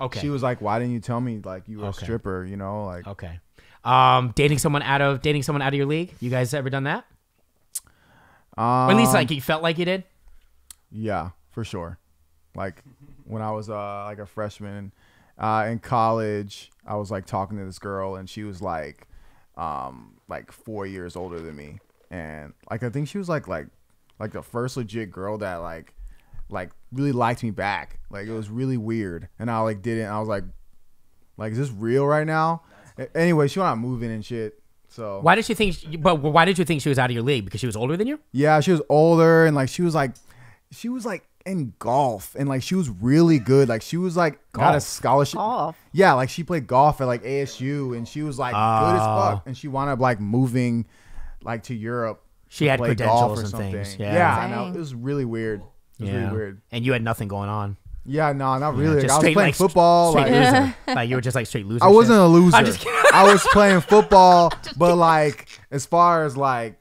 Okay. she was like, why didn't you tell me like you were Okay. a stripper? You know, like okay. Um, dating someone out of dating someone out of your league. You guys ever done that? Or at least Um, like you felt like you did. Yeah, for sure. Like when I was uh like a freshman uh in college, I was like talking to this girl and she was like um like 4 years older than me. And like I think she was like like like the first legit girl that like like really liked me back. Like it was really weird. And I like didn't I was like like is this real right now? A- Anyway, she went out moving and shit. So Why did she think? She, but why did you think she was out of your league? Because she was older than you. Yeah, she was older and like she was like she was like in golf and like she was really good. Like she was like got a Golf? scholarship. Golf? Yeah, Ah. like she played golf at like ASU and she was like good as fuck. And she wound up like moving like to Europe. She to had play golf credentials or and something. things. Yeah. Yeah, I know. Dang. It was really weird. It was really weird. And you had nothing going on. Yeah, no, not Just really. Like, I was straight, playing like, st- football. Straight Like, loser. like you were just like straight loser. I wasn't shit. a loser. i just kidding. was playing football, but like as far as like,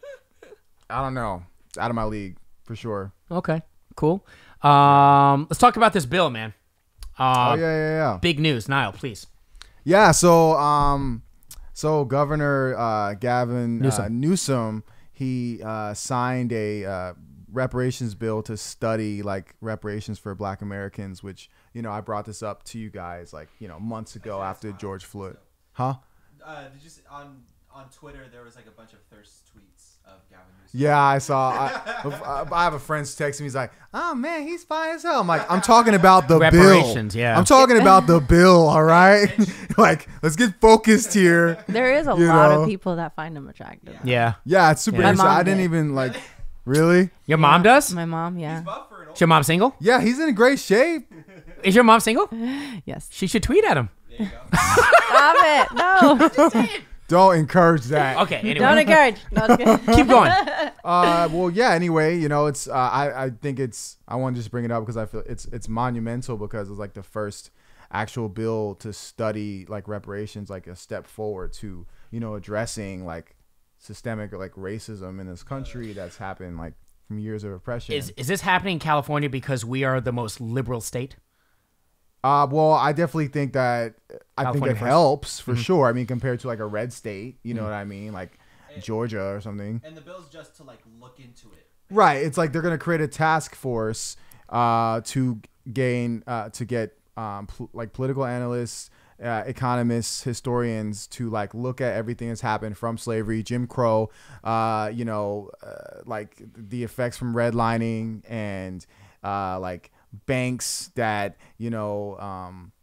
I don't know, it's out of my league for sure. Okay. Cool. Um, let's talk about this bill, man. Uh, Oh yeah, yeah, yeah. Big news, Niall. Please. Yeah. So, um, so Governor uh, Gavin Uh, Newsom. Newsom he uh, signed a uh, reparations bill to study like reparations for Black Americans, which you know I brought this up to you guys like you know months ago after George Floyd, huh? Uh, did you see, on on Twitter there was like a bunch of thirst tweets of Gavin Newsom. Yeah, I saw. I, I have a friend's texting me. He's like, "Oh man, he's fine as hell." I'm like, "I'm talking about the Reparations, bill. yeah. I'm talking about the bill. All right, like let's get focused here. There is a You lot know. of people that find him attractive. Yeah. Yeah, it's super. Yeah. My interesting. mom I didn't did. even like. Really? Your mom does? My mom, yeah. But for an old Is your mom single? Yeah, he's in great shape. Is your mom single? Yes. She should tweet at him. Stop it. No. Don't encourage that. Okay. Anyway. Don't encourage. No, it's good. Keep going. Uh, well, yeah. Anyway, you know, it's. Uh, I I think it's. I want to just bring it up because I feel it's it's monumental because it's like the first actual bill to study like reparations, like a step forward to you know addressing like systemic like racism in this country that's happened like from years of oppression. Is is this happening in California because we are the most liberal state? Uh, well, I definitely think that I California first. think it Mm-hmm. Mm. helps for sure. I mean, compared to like a red state, you know what I mean, like Georgia or something. and the bill's just to like look into it. Right. It's like they're gonna create a task force uh, to gain uh, to get um, pl- like political analysts, uh, economists, historians to like look at everything that's happened from slavery, Jim Crow, uh, you know, uh, like the effects from redlining and uh, like banks that you know um,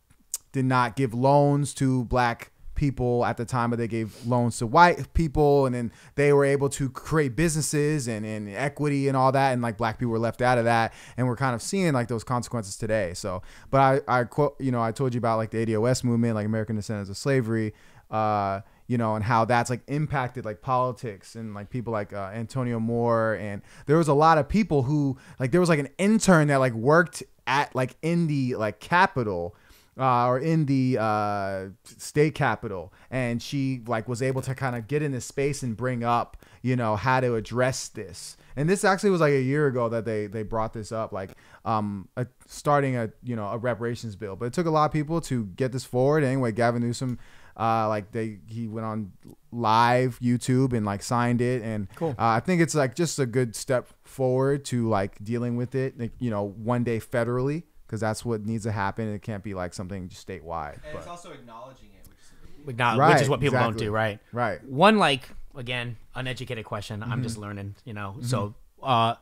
did not give loans to black people at the time but they gave loans to white people and then they were able to create businesses and, and equity and all that and like black people were left out of that and we're kind of seeing like those consequences today so but i i quote you know i told you about like the ados movement like american descendants of slavery uh you know, and how that's like impacted like politics and like people like uh, Antonio Moore and there was a lot of people who like there was like an intern that like worked at like in the like capital uh, or in the uh, state capital and she like was able to kind of get in this space and bring up you know how to address this and this actually was like a year ago that they they brought this up like um a, starting a you know a reparations bill but it took a lot of people to get this forward anyway gavin newsom uh, like they he went on live YouTube and like signed it and uh, I think it's like just a good step forward to like dealing with it like, you know one day federally because that's what needs to happen it can't be like something just statewide And it's but also acknowledging it, which is a big deal. Like, not- which Right, is what people exactly. don't do, right? right Mhm. One like again, uneducated question. I'm just learning, you know. So, uh,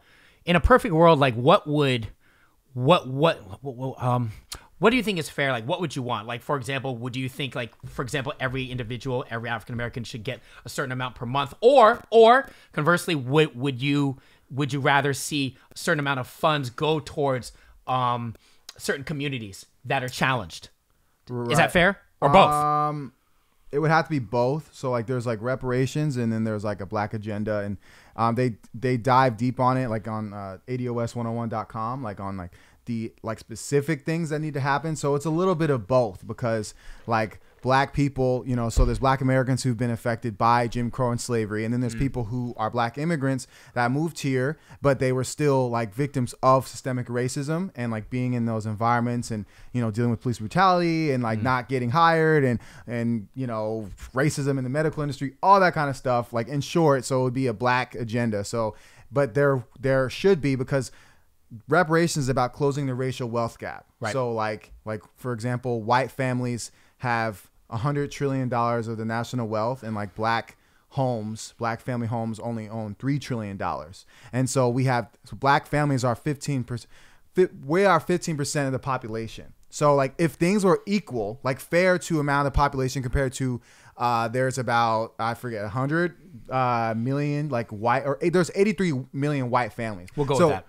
in a perfect world, like what would, what what, what what, um. What do you think is fair? Like, what would you want? Like, for example, would you think, like, for example, every individual, every African American should get a certain amount per month, or, or conversely, would would you would you rather see a certain amount of funds go towards um, certain communities that are challenged? Is that fair or both? Uh, it would have to be both. So like there's like reparations and then there's like a black agenda and um, they they dive deep on it like on uh, ados101.com like on like the like specific things that need to happen. So it's a little bit of both because like black people, you know, so there's black Americans who've been affected by Jim Crow and slavery and then there's people who are black immigrants that moved here but they were still like victims of systemic racism and like being in those environments and you know dealing with police brutality and like not getting hired and and you know racism in the medical industry all that kind of stuff like in short so it would be a black agenda so but there there should be because reparations is about closing the racial wealth gap Right. so like like for example white families have 100 trillion dollars of the national wealth and like black homes, black family homes only own three trillion dollars, and so we have so black families are fifteen percent. We are fifteen percent of the population. So like if things were equal, like fair to amount of the population compared to uh, there's about I forget 100 uh, million like white or eh, there's 83 million white families. We'll go with so, that.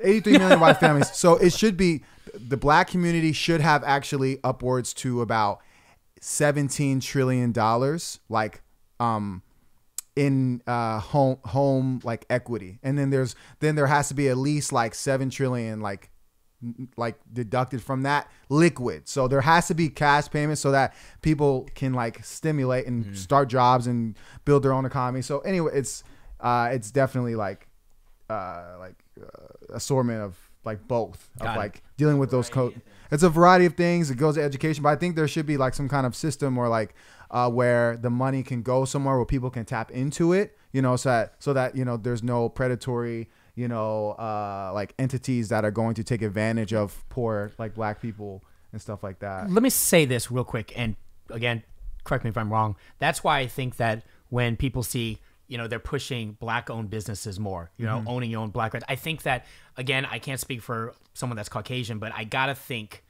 83 million white families. So it should be the black community should have actually upwards to about 17 trillion dollars like um in uh, home home like equity, and then there's then there has to be at least like seven trillion like n- like deducted from that liquid. So there has to be cash payments so that people can like stimulate and start jobs and build their own economy. So anyway, it's uh, it's definitely like uh, like uh, assortment of like both Got of it. like dealing with those code. It's a variety of things. It goes to education, but I think there should be like some kind of system or like uh, where the money can go somewhere where people can tap into it. You know, so that so that you know there's no predatory you know uh, like entities that are going to take advantage of poor like black people and stuff like that. let me say this real quick and again correct me if i'm wrong that's why i think that when people see you know they're pushing black owned businesses more you know owning your own black i think that again i can't speak for someone that's caucasian but i gotta think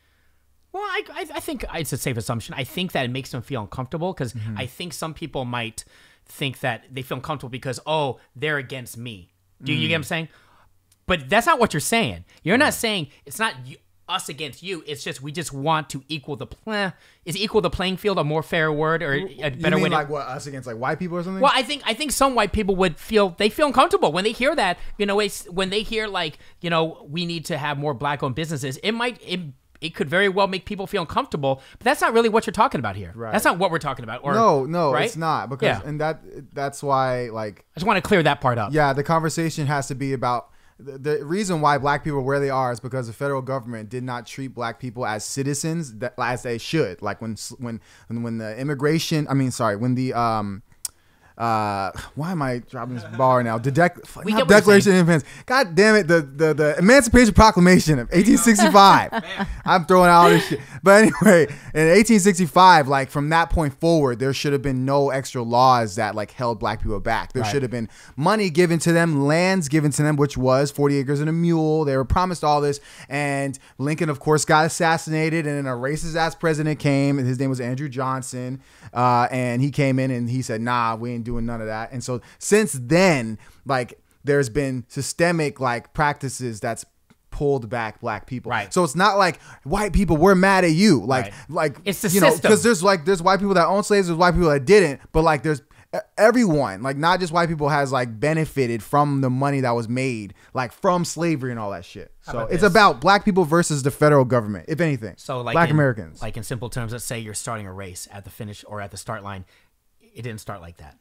well, I, I, I think it's a safe assumption. I think that it makes them feel uncomfortable because Mm-hmm. I think some people might think that they feel uncomfortable because, oh, they're against me. Do you Mm. get what I'm saying? But that's not what you're saying. You're not saying it's not you, us against you. It's just we just want to equal the plan. Is equal the playing field a more fair word or a You better mean way? to- like what us against like white people or something? well, I think I think some white people would feel they feel uncomfortable when they hear that. You know, it's, when they hear like you know we need to have more black-owned businesses, it might it it could very well make people feel uncomfortable. But that's not really what you're talking about here. Right. That's not what we're talking about. Or no, no, right? it's not because Yeah. and that that's why like I just want to clear that part up. Yeah, the conversation has to be about the, the reason why black people are where they are is because the federal government did not treat black people as citizens that, as they should. Like when s- when when the immigration, I mean, sorry, when the um. Uh, why am I dropping this bar now? The dec- We get not what you're Declaration of Independence. God damn it! The, the the Emancipation Proclamation of 1865. I'm throwing out all this shit. But anyway, in 1865, like from that point forward, there should have been no extra laws that like held black people back. There should have been money given to them, lands given to them, which was 40 acres and a mule. They were promised all this. And Lincoln, of course, got assassinated. And then a racist ass president came. And his name was Andrew Johnson. Uh, and he came in and he said, nah, we ain't doing none of that. And so since then, like, there's been systemic like practices that's pulled back black people. Right. So it's not like white people we're mad at you. Like Right. like It's the you know system. because there's like there's white people that own slaves, there's white people that didn't, but like there's e- everyone like not just white people has like benefited from the money that was made like from slavery and all that shit. So about it's this? about black people versus the federal government, if anything. So like black in- Americans. like in simple terms, let's say you're starting a race at the finish or at the start line. It didn't start like that.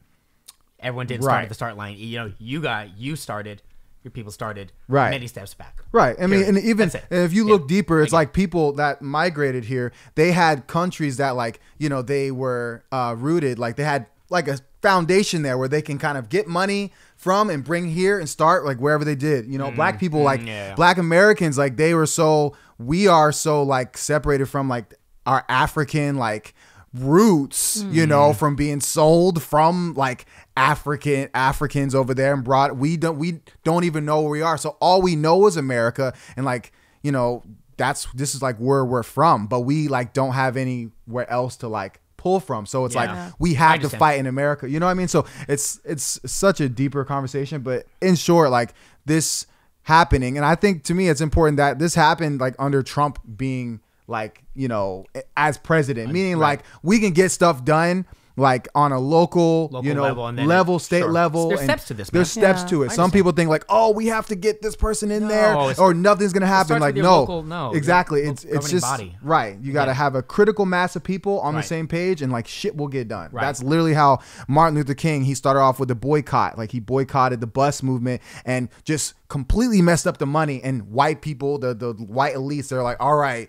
Everyone didn't start Right. at the start line. You know, you got you started. Your people started Right. many steps back. Right. I mean, Period. and even That's it. and if you Yeah. look deeper, it's like people that migrated here, they had countries that like, you know, they were uh, rooted, like they had like a foundation there where they can kind of get money from and bring here and start like wherever they did. You know, black people like Mm, yeah. black Americans, like they were so we are so like separated from like our African like roots, you know, from being sold from like African Africans over there and brought we don't we don't even know where we are. So all we know is America and like, you know, that's this is like where we're from, but we like don't have anywhere else to like pull from. So it's Yeah. like we have to understand. fight in America. You know what I mean? So it's it's such a deeper conversation, but in short, like this happening and I think to me it's important that this happened like under Trump being like, you know, as president, meaning like we can get stuff done like on a local, Local you know, level, level and then- state sure. level. There's and steps to this, There's man. steps Yeah, to I it. Some understand. people think like, "Oh, we have to get this person in Oh, it's- there or nothing's going to happen." starts Like, with your no. local- no, your exactly. local It's it's governing just body. right. You got to Yeah. have a critical mass of people on Right. the same page and like shit will get done. Right. That's literally how Martin Luther King, he started off with the boycott. Like he boycotted the bus movement and just completely messed up the money and white people, the the white elites, they're like, "All right,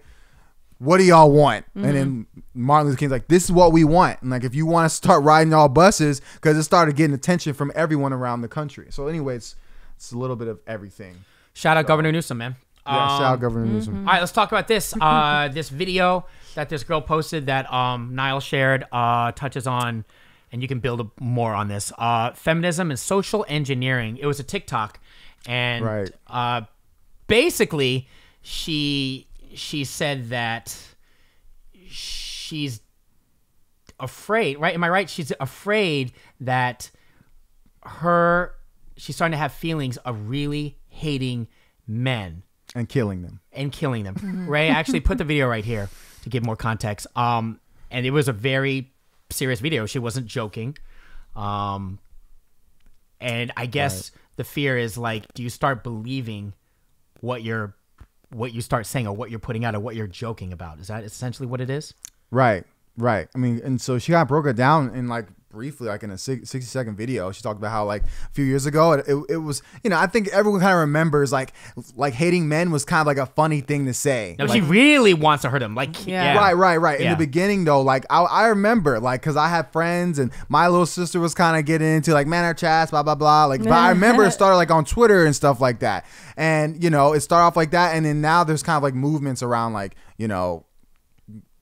what do y'all want? Mm-hmm. And then Martin Luther King's like, this is what we want. And like, if you want to start riding all buses, because it started getting attention from everyone around the country. So, anyway, it's, it's a little bit of everything. Shout out Governor Newsom, man. Yeah, shout Um, out Governor Newsom. All right, let's talk about this. Uh, this video that this girl posted that um, Niall shared uh, touches on, and you can build a, more on this. Uh, feminism and social engineering. It was a TikTok, and Right. uh, basically, she she said that she's afraid. Right? Am I right? She's afraid that her she's starting to have feelings of really hating men And killing them. and killing them. Ray actually put the video right here to give more context. Um, and it was a very serious video. She wasn't joking. Um, and I guess the fear is like, do you start believing what you're what you start saying or what you're putting out or what you're joking about? Is that essentially what it is? Right, right. I mean, and so she kind of broke it down in like briefly, like in a si- 60 second video. She talked about how like a few years ago, it, it, it was, you know, I think everyone kind of remembers like, like hating men was kind of like a funny thing to say. No, she really wants to hurt him. Like, yeah, Yeah. Right, right, right. In Yeah. the beginning, though, like I, I remember, like, cause I had friends, and my little sister was kind of getting into like man our chats, blah blah blah. Like, but I remember it started like on Twitter and stuff like that, and you know, it started off like that, and then now there's kind of like movements around like you know,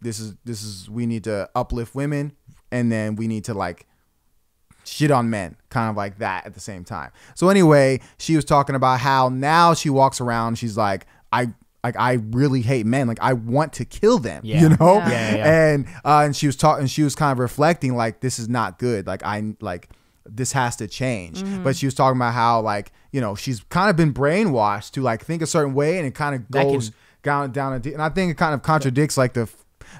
this is this is we need to uplift women, and then we need to like shit on men, kind of like that at the same time. So anyway, she was talking about how now she walks around, she's like, I like I really hate men. Like I want to kill them. Yeah. You know? Yeah. Yeah, yeah. And uh, and she was talking she was kind of reflecting like this is not good. Like I like this has to change. But she was talking about how like, you know, she's kind of been brainwashed to like think a certain way and it kind of That can- goes down down a d- and I think it kind of contradicts like the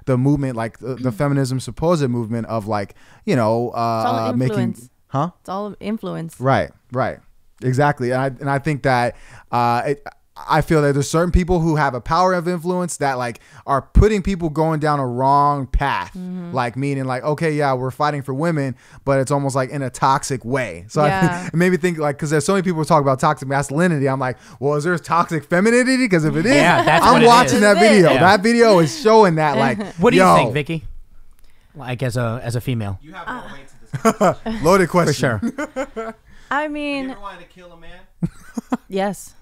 the movement like the, the feminism supposed movement of like you know all uh making influence. huh It's all influence. Right, right, exactly. And I and I think that uh, it, I feel that there's certain people who have a power of influence that like are putting people going down a wrong path. Mm-hmm. Like meaning like okay, yeah, we're fighting for women, but it's almost like in a toxic way. So I, Yeah. it made me think like because there's so many people who talk about toxic masculinity. I'm like, well, is there toxic femininity? Because if it is, Yeah, that's what I'm it watching is. that That's it. video. Yeah. That video is showing that like. What do yo, you think, Vicky? Like as a as a female, You have no way to discuss. Loaded for question. sure. I you mean, ever wanted to kill a man? yes.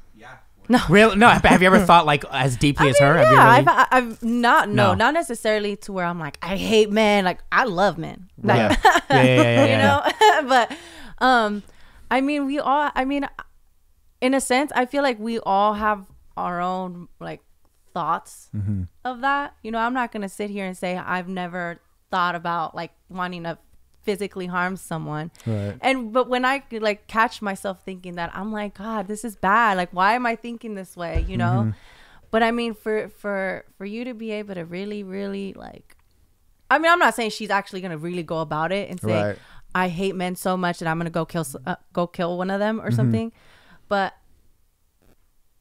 Yeah. well, Real? No. Have have you ever thought like as deeply as her? Yeah, have you I've, I- I've not no, No. not necessarily to where I'm like I hate men. Like I love men. Like, yeah. yeah, yeah, yeah, yeah, yeah. you know but um i mean we all i mean in a sense i feel like we all have our own like thoughts Mm-hmm. of that you know i'm not gonna sit here and say i've never thought about like wanting to physically harm someone Right. and but when i like catch myself thinking that i'm like god this is bad like why am i thinking this way you know Mm-hmm. but i mean for for for you to be able to really really like I mean, I'm not saying she's actually gonna really go about it and say, Right. "I hate men so much that I'm gonna go kill s- uh, go kill one of them" Mm-hmm. or something. But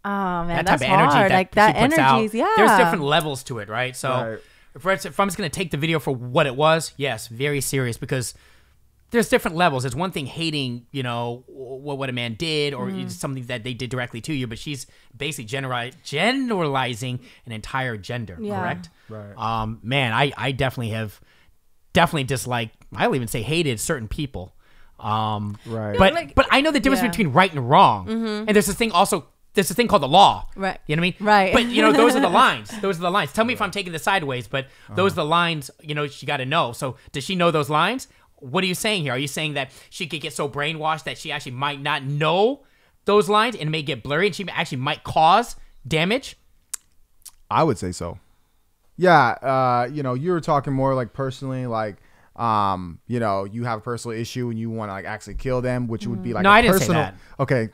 oh man, that that's type of energy hard. that like that she puts energy, out. yeah. There's different levels to it, right? So Right. if, we're- if I'm just gonna take the video for what it was, yes, very serious because there's different levels. It's one thing hating, you know, what what a man did or Mm-hmm. something that they did directly to you, but she's basically generali- generalizing an entire gender, Yeah. correct? Right. Um, man, I I definitely have definitely disliked. I'll even say hated certain people. Um, Right. But like- but I know the difference Yeah. Mm-hmm. between right and wrong, and there's this thing also. There's this thing called the law. Right. You know what I mean? Right. But you know, those are the lines. Those are the lines. Tell me if I'm taking this sideways, but Uh-huh. those are the lines, you know, she got to know. So does she know those lines? What are you saying here? Are you saying that she could get so brainwashed that she actually might not know those lines and it may get blurry and she actually might cause damage? I would say so. Yeah, uh, you know, you were talking more like personally, like um, you know, you have a personal issue and you want to like actually kill them, which would be like No, I I didn't say that. Okay,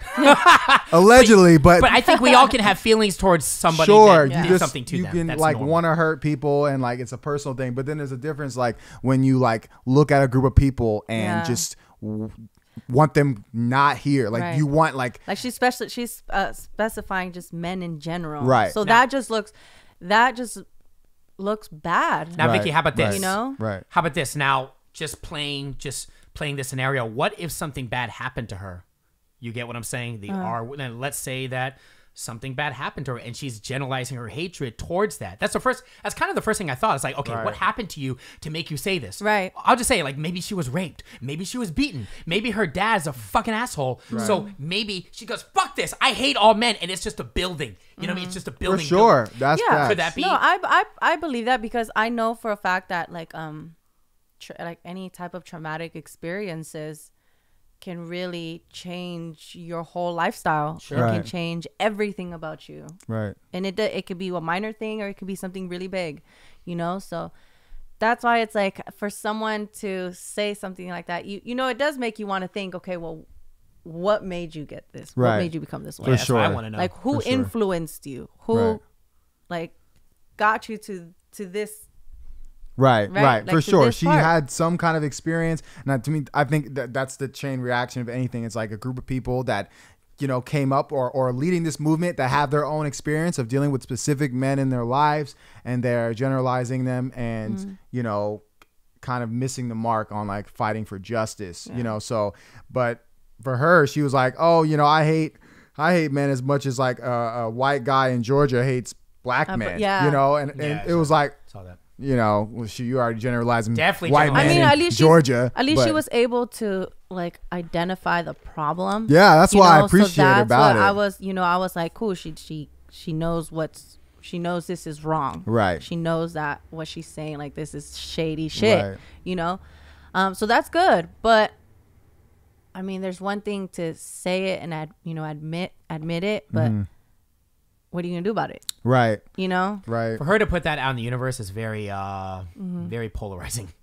allegedly, but, But I think we all can have feelings towards somebody sure, that you did just something to you them. can That's like normal. want to hurt people and like it's a personal thing. But then there's a difference, like when you like look at a group of people and Yeah. just w- want them not here, like Right. you want like Like she's special. She's uh, specifying just men in general, Right. So that just looks that just looks bad. Now, Right, Vicky, how about right, this? You know? right. How about this? Now, just playing, just playing the scenario. What if something bad happened to her? You get what I'm saying? The R. Then let's say that something bad happened to her, and she's generalizing her hatred towards that. That's the first. That's kind of the first thing I thought. It's like, okay, what happened to you to make you say this? Right. I'll just say, like, maybe she was raped. Maybe she was beaten. Maybe her dad's a fucking asshole. So maybe she goes, "Fuck this! I hate all men," and it's just a building. You know what I mean? It's just a for building. sure. That's Yeah. facts. Could that be? No, I, I I believe that because I know for a fact that like um, tra- like any type of traumatic experiences can really change your whole lifestyle. It can Right. change everything about you, right. and it do- it could be a minor thing or it could be something really big, you know. So that's why it's like for someone to say something like that, you you know, it does make you want to think. Okay, well, what made you get this? Right. What made you become this way? For That's what I sure. want to know. like who sure. influenced you who Right. like got you to to this Right, right, Right? Like for to sure. this She part. had some kind of experience, and that- to me, I think that that's the chain reaction of anything. It's like a group of people that you know came up or or leading this movement that have their own experience of dealing with specific men in their lives, and they're generalizing them, and Mm-hmm. you know, kind of missing the mark on like fighting for justice. You know, so but for her, she was like, oh, you know, I hate. I hate men as much as like a, a white guy in Georgia hates black Uh, but- men. yeah. You know, and, and Yeah, it was like Saw that. you know, well, she, you already generalizing Definitely white generalizing. man I mean, in at least she's- Georgia. At least she but- was able to like identify the problem. Yeah, that's you what I know, appreciate so that's about what it. I was, you know, I was like, cool. She she she knows what's she knows this is wrong. Right. She knows that what she's saying, like this is shady shit. Right. You know, um, so that's good. But I mean, there's one thing to say it and ad, you know admit admit it, but Mm-hmm. what are you gonna do about it? right, You know. right. For her to put that out in the universe is very, uh, very polarizing. Definitely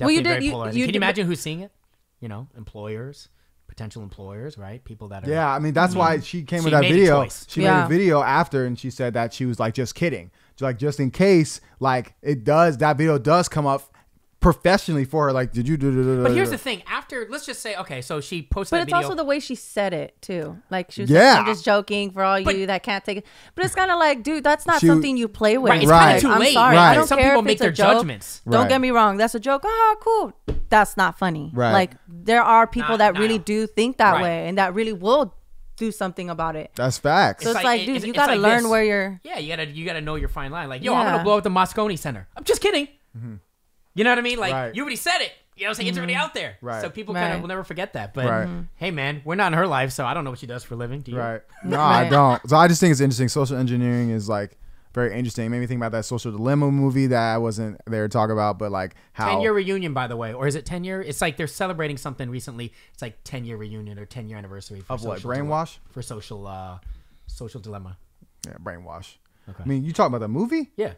Mm-hmm. Well, you did- very you- polarizing. you Can you did- imagine who's seeing it? You know, employers, potential employers, right? People that are. Yeah, I mean that's why she Mm. came She with that made a video. choice. She made Yeah. a video after, and she said that she was like just kidding, She's like just in case, like it does that video does come up professionally for her. Like, did you do? do, do But here's the thing. After, let's just say, okay, so she posted But that it's video. also the way she said it too. Like she was Yeah. like, I'm just joking for all But- you that can't take it. But it's kind of like, dude, that's not She- something you play with. Right, it's kinda Like, too I'm late. sorry. Right. I don't Some care people if make it's their a joke. judgments. Don't Right. get me wrong. That's a joke. Ah, cool. That's not funny. Right. Like there are people Not that now. really do think that Right. way and that really will do something about it. That's facts. So it's, like- like, it- dude, it's- you it's gotta like learn this. where you're. Yeah, you gotta you gotta know your fine line. Like, yo, I'm gonna Yeah. blow up the Moscone Center. I'm just kidding. You know what I mean? Like, Mm-hmm. Right. you already said it. You know what I'm saying? It's already out there. Right. So people kind of Mm-hmm. Right. Mm-hmm. will never forget that. But Right. Mhm. hey, man, we're not in her life, so I don't know what she does for a living. Do you? Right. No, I Right. don't. So I just think it's interesting. Social engineering is like very interesting. It made me think about that social dilemma movie that I wasn't there to talk about, but like how Ten year reunion, by the way, or is it ten year? It's like they're celebrating something recently. It's like ten year reunion or ten year anniversary for of what social dile- brainwash? for social uh, social dilemma. Yeah, brainwash. Okay. I mean, you talking about the movie? Yeah.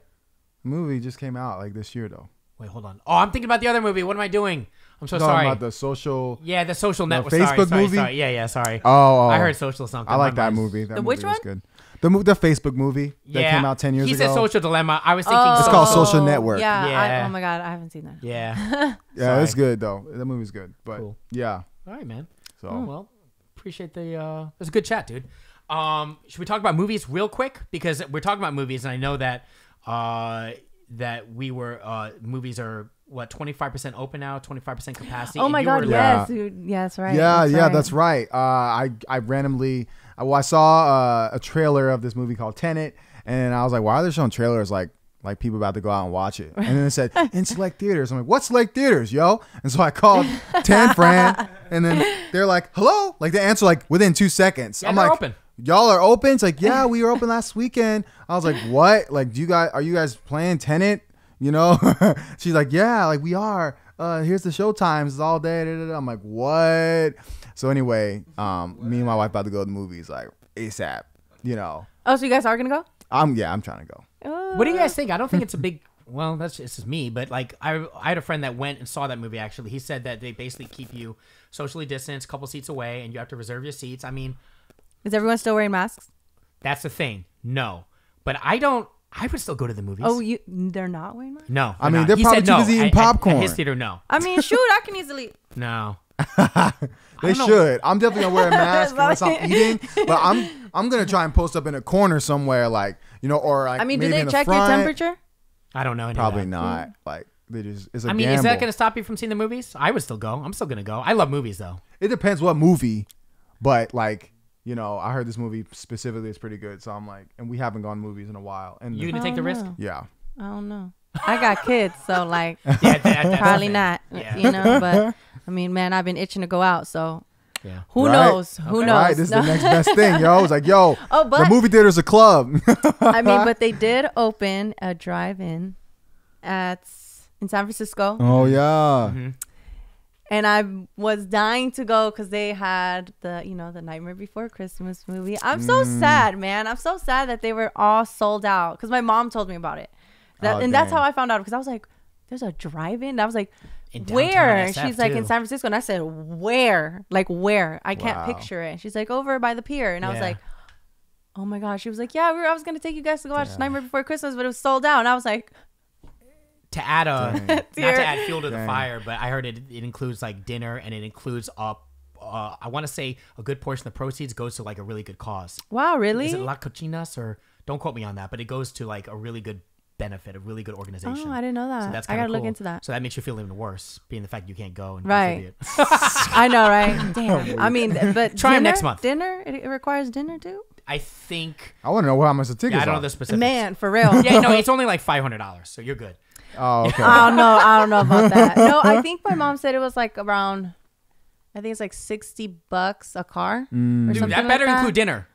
movie just came out like this year though. Wait, hold on. Oh, I'm thinking about the other movie. What am I doing? I'm so Talking Oh, sorry. about the social. yeah, the social network. sorry, Facebook sorry, movie? Sorry. Yeah, yeah, sorry. Oh, oh. I heard social something. I like My that mind's- movie. That The movie which was one? good. The mo- the Facebook movie that came out ten years He ago. said social dilemma. I was thinking. It's called Social Network. Yeah. Yeah. I, oh my god, I haven't seen that. Yeah. yeah, it's Sorry. good though. That movie's good. But Cool. yeah, All right, man. so Oh, well, appreciate the. Uh, it was a good chat, dude. Um, should we talk about movies real quick because we're talking about movies, and I know that uh, that we were uh, movies are what twenty five percent open now, twenty five percent capacity. Oh and my you god, were Yeah. yes, dude. Yes, right. yeah, that's yeah, right. that's right. Uh, I I randomly I, well, I saw uh, a trailer of this movie called Tenet, and I was like, why are they showing trailers like? Like people about to go out and watch it, and then it said in select theaters. I'm like, "What select theaters, yo?" And so I called Tan Fran, and then they're like, "Hello!" Like they answer like within two seconds. Yeah, I'm they're like, open. "Y'all are open?" It's like, "Yeah, we were open last weekend." I was like, "What? Like, do you guys are you guys playing Tenet? You know?" She's like, "Yeah, like we are. Uh, here's the show times. It's all day." da, da, da." I'm like, "What?" So anyway, um, me and my wife about to go to the movies like ASAP. You know, Oh, so you guys are gonna go? I'm yeah, I'm trying to go. What do you guys think? I don't think it's a big. Well, that's just, it's just me, but like I, I had a friend that went and saw that movie. Actually, he said that they basically keep you socially distanced, couple seats away, and you have to reserve your seats. I mean, Is everyone still wearing masks? that's the thing. No, but I don't. I would still go to the movies. Oh, you they're not wearing masks. no! I mean, not. they're He probably said too no. busy eating At- at- popcorn. At his theater, no, I mean, shoot, I can easily. no. They don't know. should. I'm definitely gonna wear a mask unless I'm eating, but I'm I'm gonna try and post up in a corner somewhere, like you know, or like I mean, do maybe they in the check your front. temperature? I don't know. any of Probably that. not. Like they just it's a I mean, gamble. is that going to stop you from seeing the movies? I would still go. I'm still going to go. I love movies though. It depends what movie, but like you know, I heard this movie specifically is pretty good, so I'm like, and we haven't gone to movies in a while, and You the- going to take the risk? Oh, no. yeah, I don't know. I got kids, so like Yeah, that- that's the probably thing. not. Yeah. You know, but I mean, man, I've been itching to go out, so Yeah. who Right. knows? Who knows? right. This is the No. next best thing, yo. It's like, yo, Oh, the but- movie theater's a club. I mean, but they did open a drive-in at in San Francisco, oh yeah, and I was dying to go because they had the you know the Nightmare Before Christmas movie. I'm so Mm. sad, man. I'm so sad that they were all sold out because my mom told me about it, that, Oh, and that's dang. how I found out because I was like, "There's a drive-in." And I was like. In downtown Where? And SF, She's like in too. San Francisco, and I said, "Where? Like where? I can't Wow. picture it." She's like, "Over by the pier," and I was Yeah. like, "Oh my gosh!" She was like, "Yeah, we were, I was gonna take you guys to go watch Nightmare Before Christmas, but it was sold out." And I was like, to add a not to Dear. add fuel to the Dang. fire, but I heard it, it includes like dinner and it includes up. Uh, I want to say a good portion of the proceeds goes to like a really good cause. Wow, really? Is it La Cochinas or don't quote me on that, but it goes to like a really good benefit, a really good organization. Oh, I didn't know that. I kinda gotta look into that. So that makes you feel even worse, being the fact you can't go and Right. contribute. I know, right? Damn. I mean, but Try 'em dinner- next month. Dinner? It, it requires dinner too. I think. I want to know how much the tickets Yeah, I don't are. know the specifics. Man, for real. Yeah, no, it's only like five hundred dollars, so you're good. Oh, okay. I don't know. I don't know about that. No, I think my mom said it was like around. I think it's like sixty bucks a car. Or Mm. Dude, something that better like include dinner.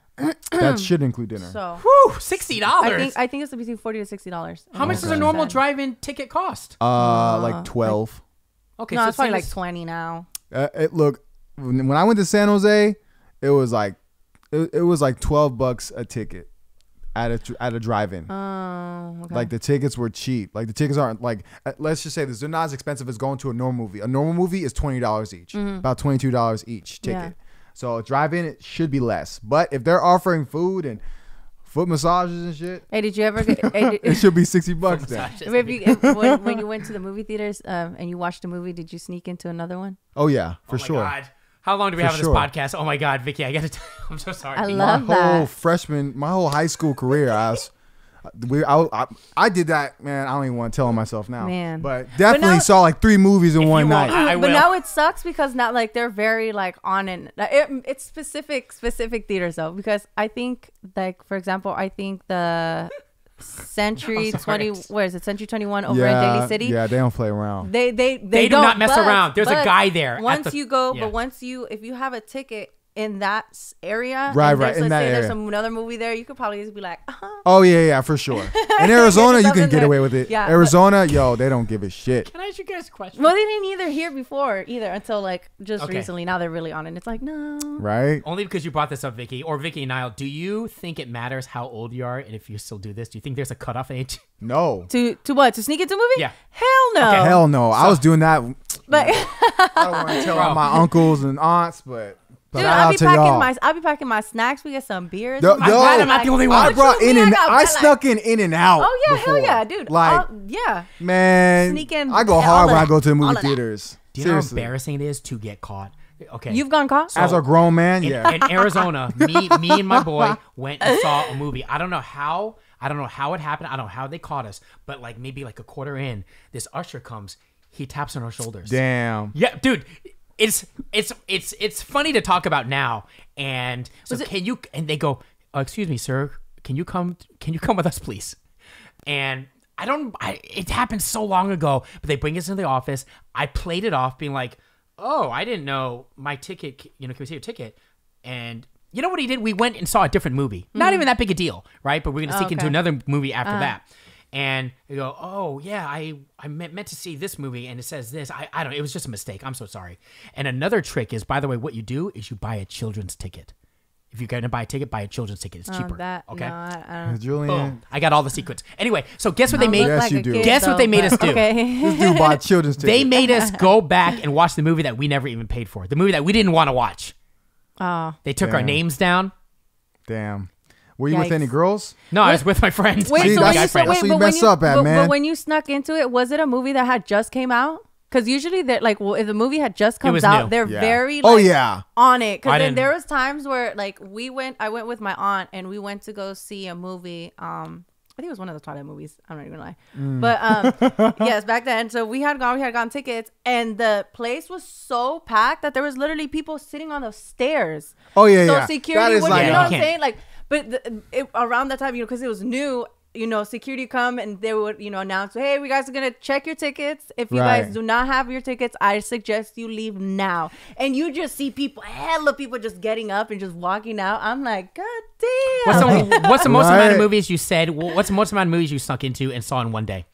that should include dinner. So Whew, sixty I dollars. think I think it's between forty to sixty dollars. Oh, How much does a Okay. normal drive-in ticket cost? uh, like twelve. Okay, No, it's probably it's- like twenty now. Uh, it look when when I went to San Jose, it was like it, it was like twelve bucks a ticket at a tr- at a drive-in. Oh, okay. Like the tickets were cheap. Like the tickets aren't like uh, let's just say this, they're not as expensive as going to a normal movie. A normal movie is twenty dollars each, about twenty two dollars each ticket. Mm-hmm. Yeah. So drive in it should be less. But if they're offering food and foot massages and shit, hey, did you ever get? Hey, it did, should be sixty bucks then. if you, if- when, when you went to the movie theaters um, and you watched a movie, did you sneak into another one? Oh yeah, Oh for my sure. God. How long do we For have on this sure. podcast? Oh my God, Vicky, I gotta. T- I'm so sorry. I Vicky. My love whole that. freshman, my whole high school career, I was. We, I, I, I did that, man. I don't even want to tell myself now. Man. But definitely now- saw like three movies in you one want- night. I but will. now it sucks because now like they're very like on and like, it, it's specific specific theaters though because I think like for example I think the Century I'm Oh, sorry. twenty where is it Century twenty one over yeah, in Daly City Yeah, they don't play around. they they they, do don't, not mess but- around. There's a but guy there at Once the- you go, yeah. but once you if you have a ticket in that s- area, Right, and right, there's- in let's that say There's area. some, another movie there. You could probably just be like, uh-huh. Oh yeah, yeah, for sure. In Arizona, you Something can get there. away with it. Yeah, but- Arizona, yo, they don't give a shit. Can I ask you guys a question? well, they didn't either here before either until like just Okay. recently. Now they're really on it. It's like no. Right? Only because you brought this up, Vicky, or Vicky and Niall, do you think it matters how old you are and if you still do this? Do you think there's a cutoff age? No. To to what? To sneak into a movie? Yeah. Hell no. Hell no. I was doing that. But I don't want to tell all my uncles and aunts, but, but dude, shout out I'll be to packing y'all. my I'll be packing my snacks. We get some beers. Yo- I'm yo, glad I'm not the only one. I What brought in and got I black- snuck in in and out. Oh yeah, hell before. yeah, dude. Like I'll- yeah. Man, Sneak in I go all hard of when I that. go to the All of movie that. theaters. Do you know Seriously, how embarrassing it is to get caught? Okay. You've gone caught. So- as a grown man, in, yeah. in Arizona, me, me and my boy went and saw a movie. I don't know how. I don't know how it happened. I don't know how they caught us. But like maybe like a quarter in, this usher comes. He taps on our shoulders. Damn. Yeah, dude. It's it's it's it's funny to talk about now. And so can you? And they go, uh, "Excuse me, sir. Can you come? Can you come with us, please?" And I don't. I, it happened so long ago, but they bring us into the office. I played it off, being like, "Oh, I didn't know my ticket. c- You know, can we see your ticket?" And you know what he did? We went and saw a different movie. Not even that big a deal, right? But we're gonna sneak into okay. another movie after that. And they go, oh yeah, I I meant, meant to see this movie, and it says this. I, I don't. It was just a mistake. I'm so sorry. And another trick is, by the way, what you do is you buy a children's ticket. If you're gonna buy a ticket, buy a children's ticket. It's cheaper. Oh, that okay. no, I, I don't. Julian, Boom. I got all the secrets. Anyway, so guess what they made? Oh, Look Yes, you a do. kid, Guess what though, they made but- us do? Okay. this dude bought children's tickets. They made us go back and watch the movie that we never even paid for. The movie that we didn't want to watch. Oh. They took our Damn. names down. Damn. Were you with Yikes. any girls? No, I was with my friends. my Wait, See, so guy when that's- you, so friends. that's wait, what you but when mess you, up at, but, man. but when you snuck into it, was it a movie that had just came out? Because usually, they're like, well, if the movie had just comes was out, new. they're Yeah. very Oh, like, yeah. on it. I Because then didn't- there was times where like we went, I went with my aunt, and we went to go see a movie. Um, I think it was one of the Twilight movies. I'm not even gonna lie, Mm. but um, yes, back then. So we had gone, we had gone tickets, and the place was so packed that there was literally people sitting on the stairs. Oh, yeah, so yeah. That security, is would, like- uh, you know Yeah, what I'm you can't- saying? like but the, it, around that time you know because it was new you know security come and they would you know announce hey we guys are gonna check your tickets if you Right. guys do not have your tickets i suggest you leave now and you just see people hella people just getting up and just walking out i'm like god damn What's the, what's the most amount of Right. movies you said? wh- What's the most amount of movies you snuck into and saw in one day?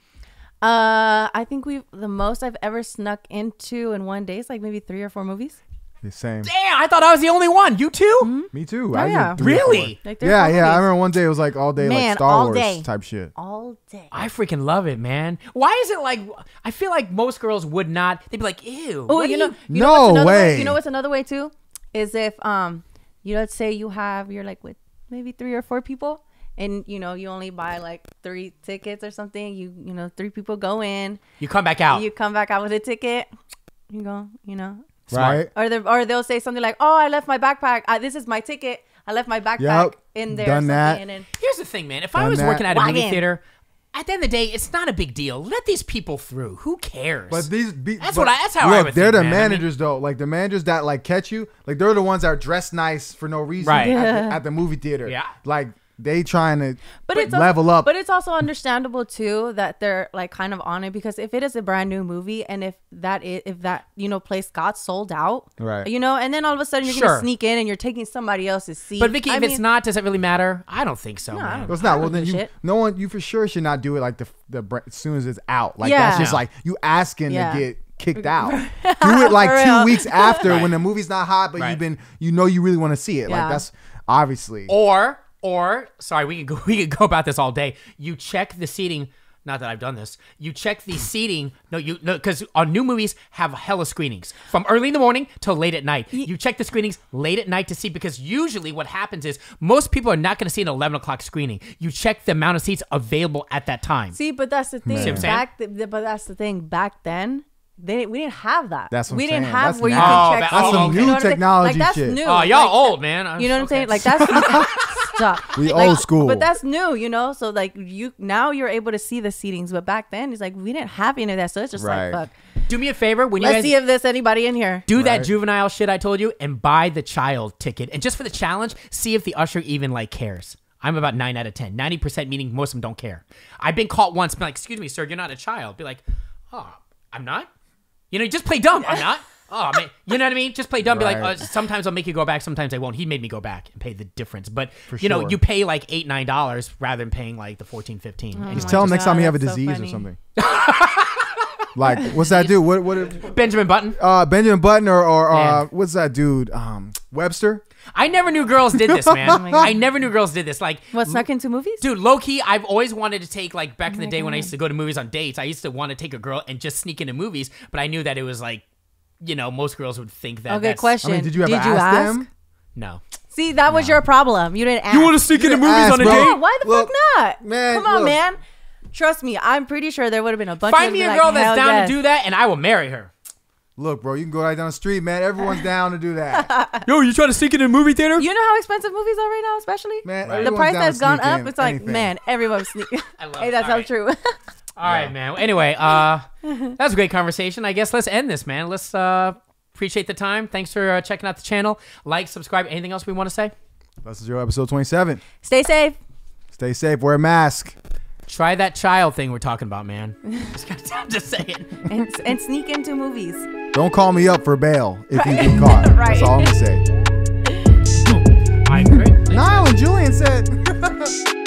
uh i think we've the most i've ever snuck into in one day is like maybe three or four movies The same. Damn, I thought I was the only one. You too? Me too. Oh, I did yeah. three or four. Really? like three or Yeah, four yeah. I movies. remember one day it was like all day, like Man, Star all Wars day. type shit. all day I freaking love it, man. Why is it like? I feel like most girls would not. They'd be like, "Ew." Oh, what you do know, you know No what's another way. You know what's another way too is if um, you know, let's say you have you're like with maybe three or four people, and you know you only buy like three tickets or something. You you know three people go in. You come back out. You come back out with a ticket. You go. You know. Smart. right? Or they or they'll say something like, "Oh, I left my backpack. Uh, this is my ticket. I left my backpack Yup. in there." or Done something." that. And then, Here's the thing, man. If I Done was that. working at a movie Wagon. theater, at the end of the day, it's not a big deal. Let these people through. Who cares? But these, be, That's but- what I- that's how I look, would they're think, the man. I mean- managers though. Like the managers that like catch you, like they're the ones that are dressed nice for no reason Right. at, the, at the movie theater. Yeah. like they trying to but it's al- level up. But it's also understandable too that they're like kind of on it because if it is a brand new movie and if that is if that you know place got sold out, Right. You know, and then all of a sudden you're Sure. gonna sneak in and you're taking somebody else's seat. But Vicky, I if it's mean, not, does it really matter? I don't think so, No, I man. No, it's not. I Well, don't then give a you shit. no one you for sure should not do it like the the br- as soon as it's out. Like that's Yeah. just No. like you asking Yeah. to get kicked out. do it like For two real. weeks after Right. when the movie's not hot, but Right. you've been you know you really want to see it. Yeah. Like that's obviously Or, or sorry, we could go, we could go about this all day. You check the seating. Not that I've done this. You check the seating. No, you no, because on new movies have hella screenings from early in the morning till late at night. You check the screenings late at night to see because usually what happens is most people are not going to see an eleven o'clock screening. You check the amount of seats available at that time. See, but that's the See what thing. I'm saying? Back, th- th- but that's the thing. Back then, they we didn't have that. That's what I'm we didn't saying. have That's where you now. Oh, can check. that- that's seats. some You new know what I'm saying? technology Like, that's shit. new. Oh, y'all Like, old man. I- You know what I'm okay. saying? Like that's stop. We Like, old school. But that's new, you know. So like you now you're able to see the seatings, but back then it's like we didn't have any of that. So it's just Right. like fuck. do me a favor when Let's you guys see if there's anybody in here. do that juvenile shit I told you and buy the child ticket. And just for the challenge, see if the usher even like cares. I'm about nine out of 10. 90% meaning most of them don't care. I've been caught once, been like, excuse me, sir, you're not a child. Be like, oh, I'm not? You know, just play dumb. I'm not. Oh, man. You know what I mean? Just play dumb. Be Right. like, uh, sometimes I'll make you go back, sometimes I won't. He made me go back and pay the difference. But, you know, sure. you pay like 8 $9 dollars rather than paying like the 14 15 And Just tell him next time you God, have a that's so disease or funny. something. like what's that dude? What what? Benjamin Button. Uh, Benjamin Button or or uh, Man. what's that dude? Um, Webster. I never knew girls did this, Oh man. I never knew girls did this. Like, What snuck into movies? Dude, low key, I've always wanted to take like back in the day when I Mm-hmm. used to go to movies on dates. I used to want to take a girl and just sneak into movies, but I knew that it was like, you know, most girls would think that. Okay, that's- Oh, question. I mean, did you ever Did ask, you ask? them? No, See, that was your problem. You didn't ask. sneak into movies on a date? Yeah, why the Look, fuck not? man, Come on, look. man. Trust me, I'm pretty sure there would have been a bunch. Find of me a like, girl that's hell down yes. to do that, and I will marry her. Look, bro, you can go right down the street, man. Everyone's down to do that. Yo, you trying to sneak into a movie theater? You know how expensive movies are right now, especially Man, the everyone's price down to that's gone sneak up. in It's like, anything. man, everyone's sneaking. I love hey, it. that's All how right. true. All right, man. Anyway, uh, that was a great conversation. I guess let's end this, man. Let's uh, appreciate the time. Thanks for uh, checking out the channel. Like, subscribe. Anything else we want to say? This is your episode 27. Stay safe. Stay safe. Wear a mask. Try that child thing we're talking about, man. Just gotta- I'm just saying. and, and sneak into movies. Don't call me up for bail if you get caught. Right. That's all I'm gonna say. All right, great. Niall and Julian said.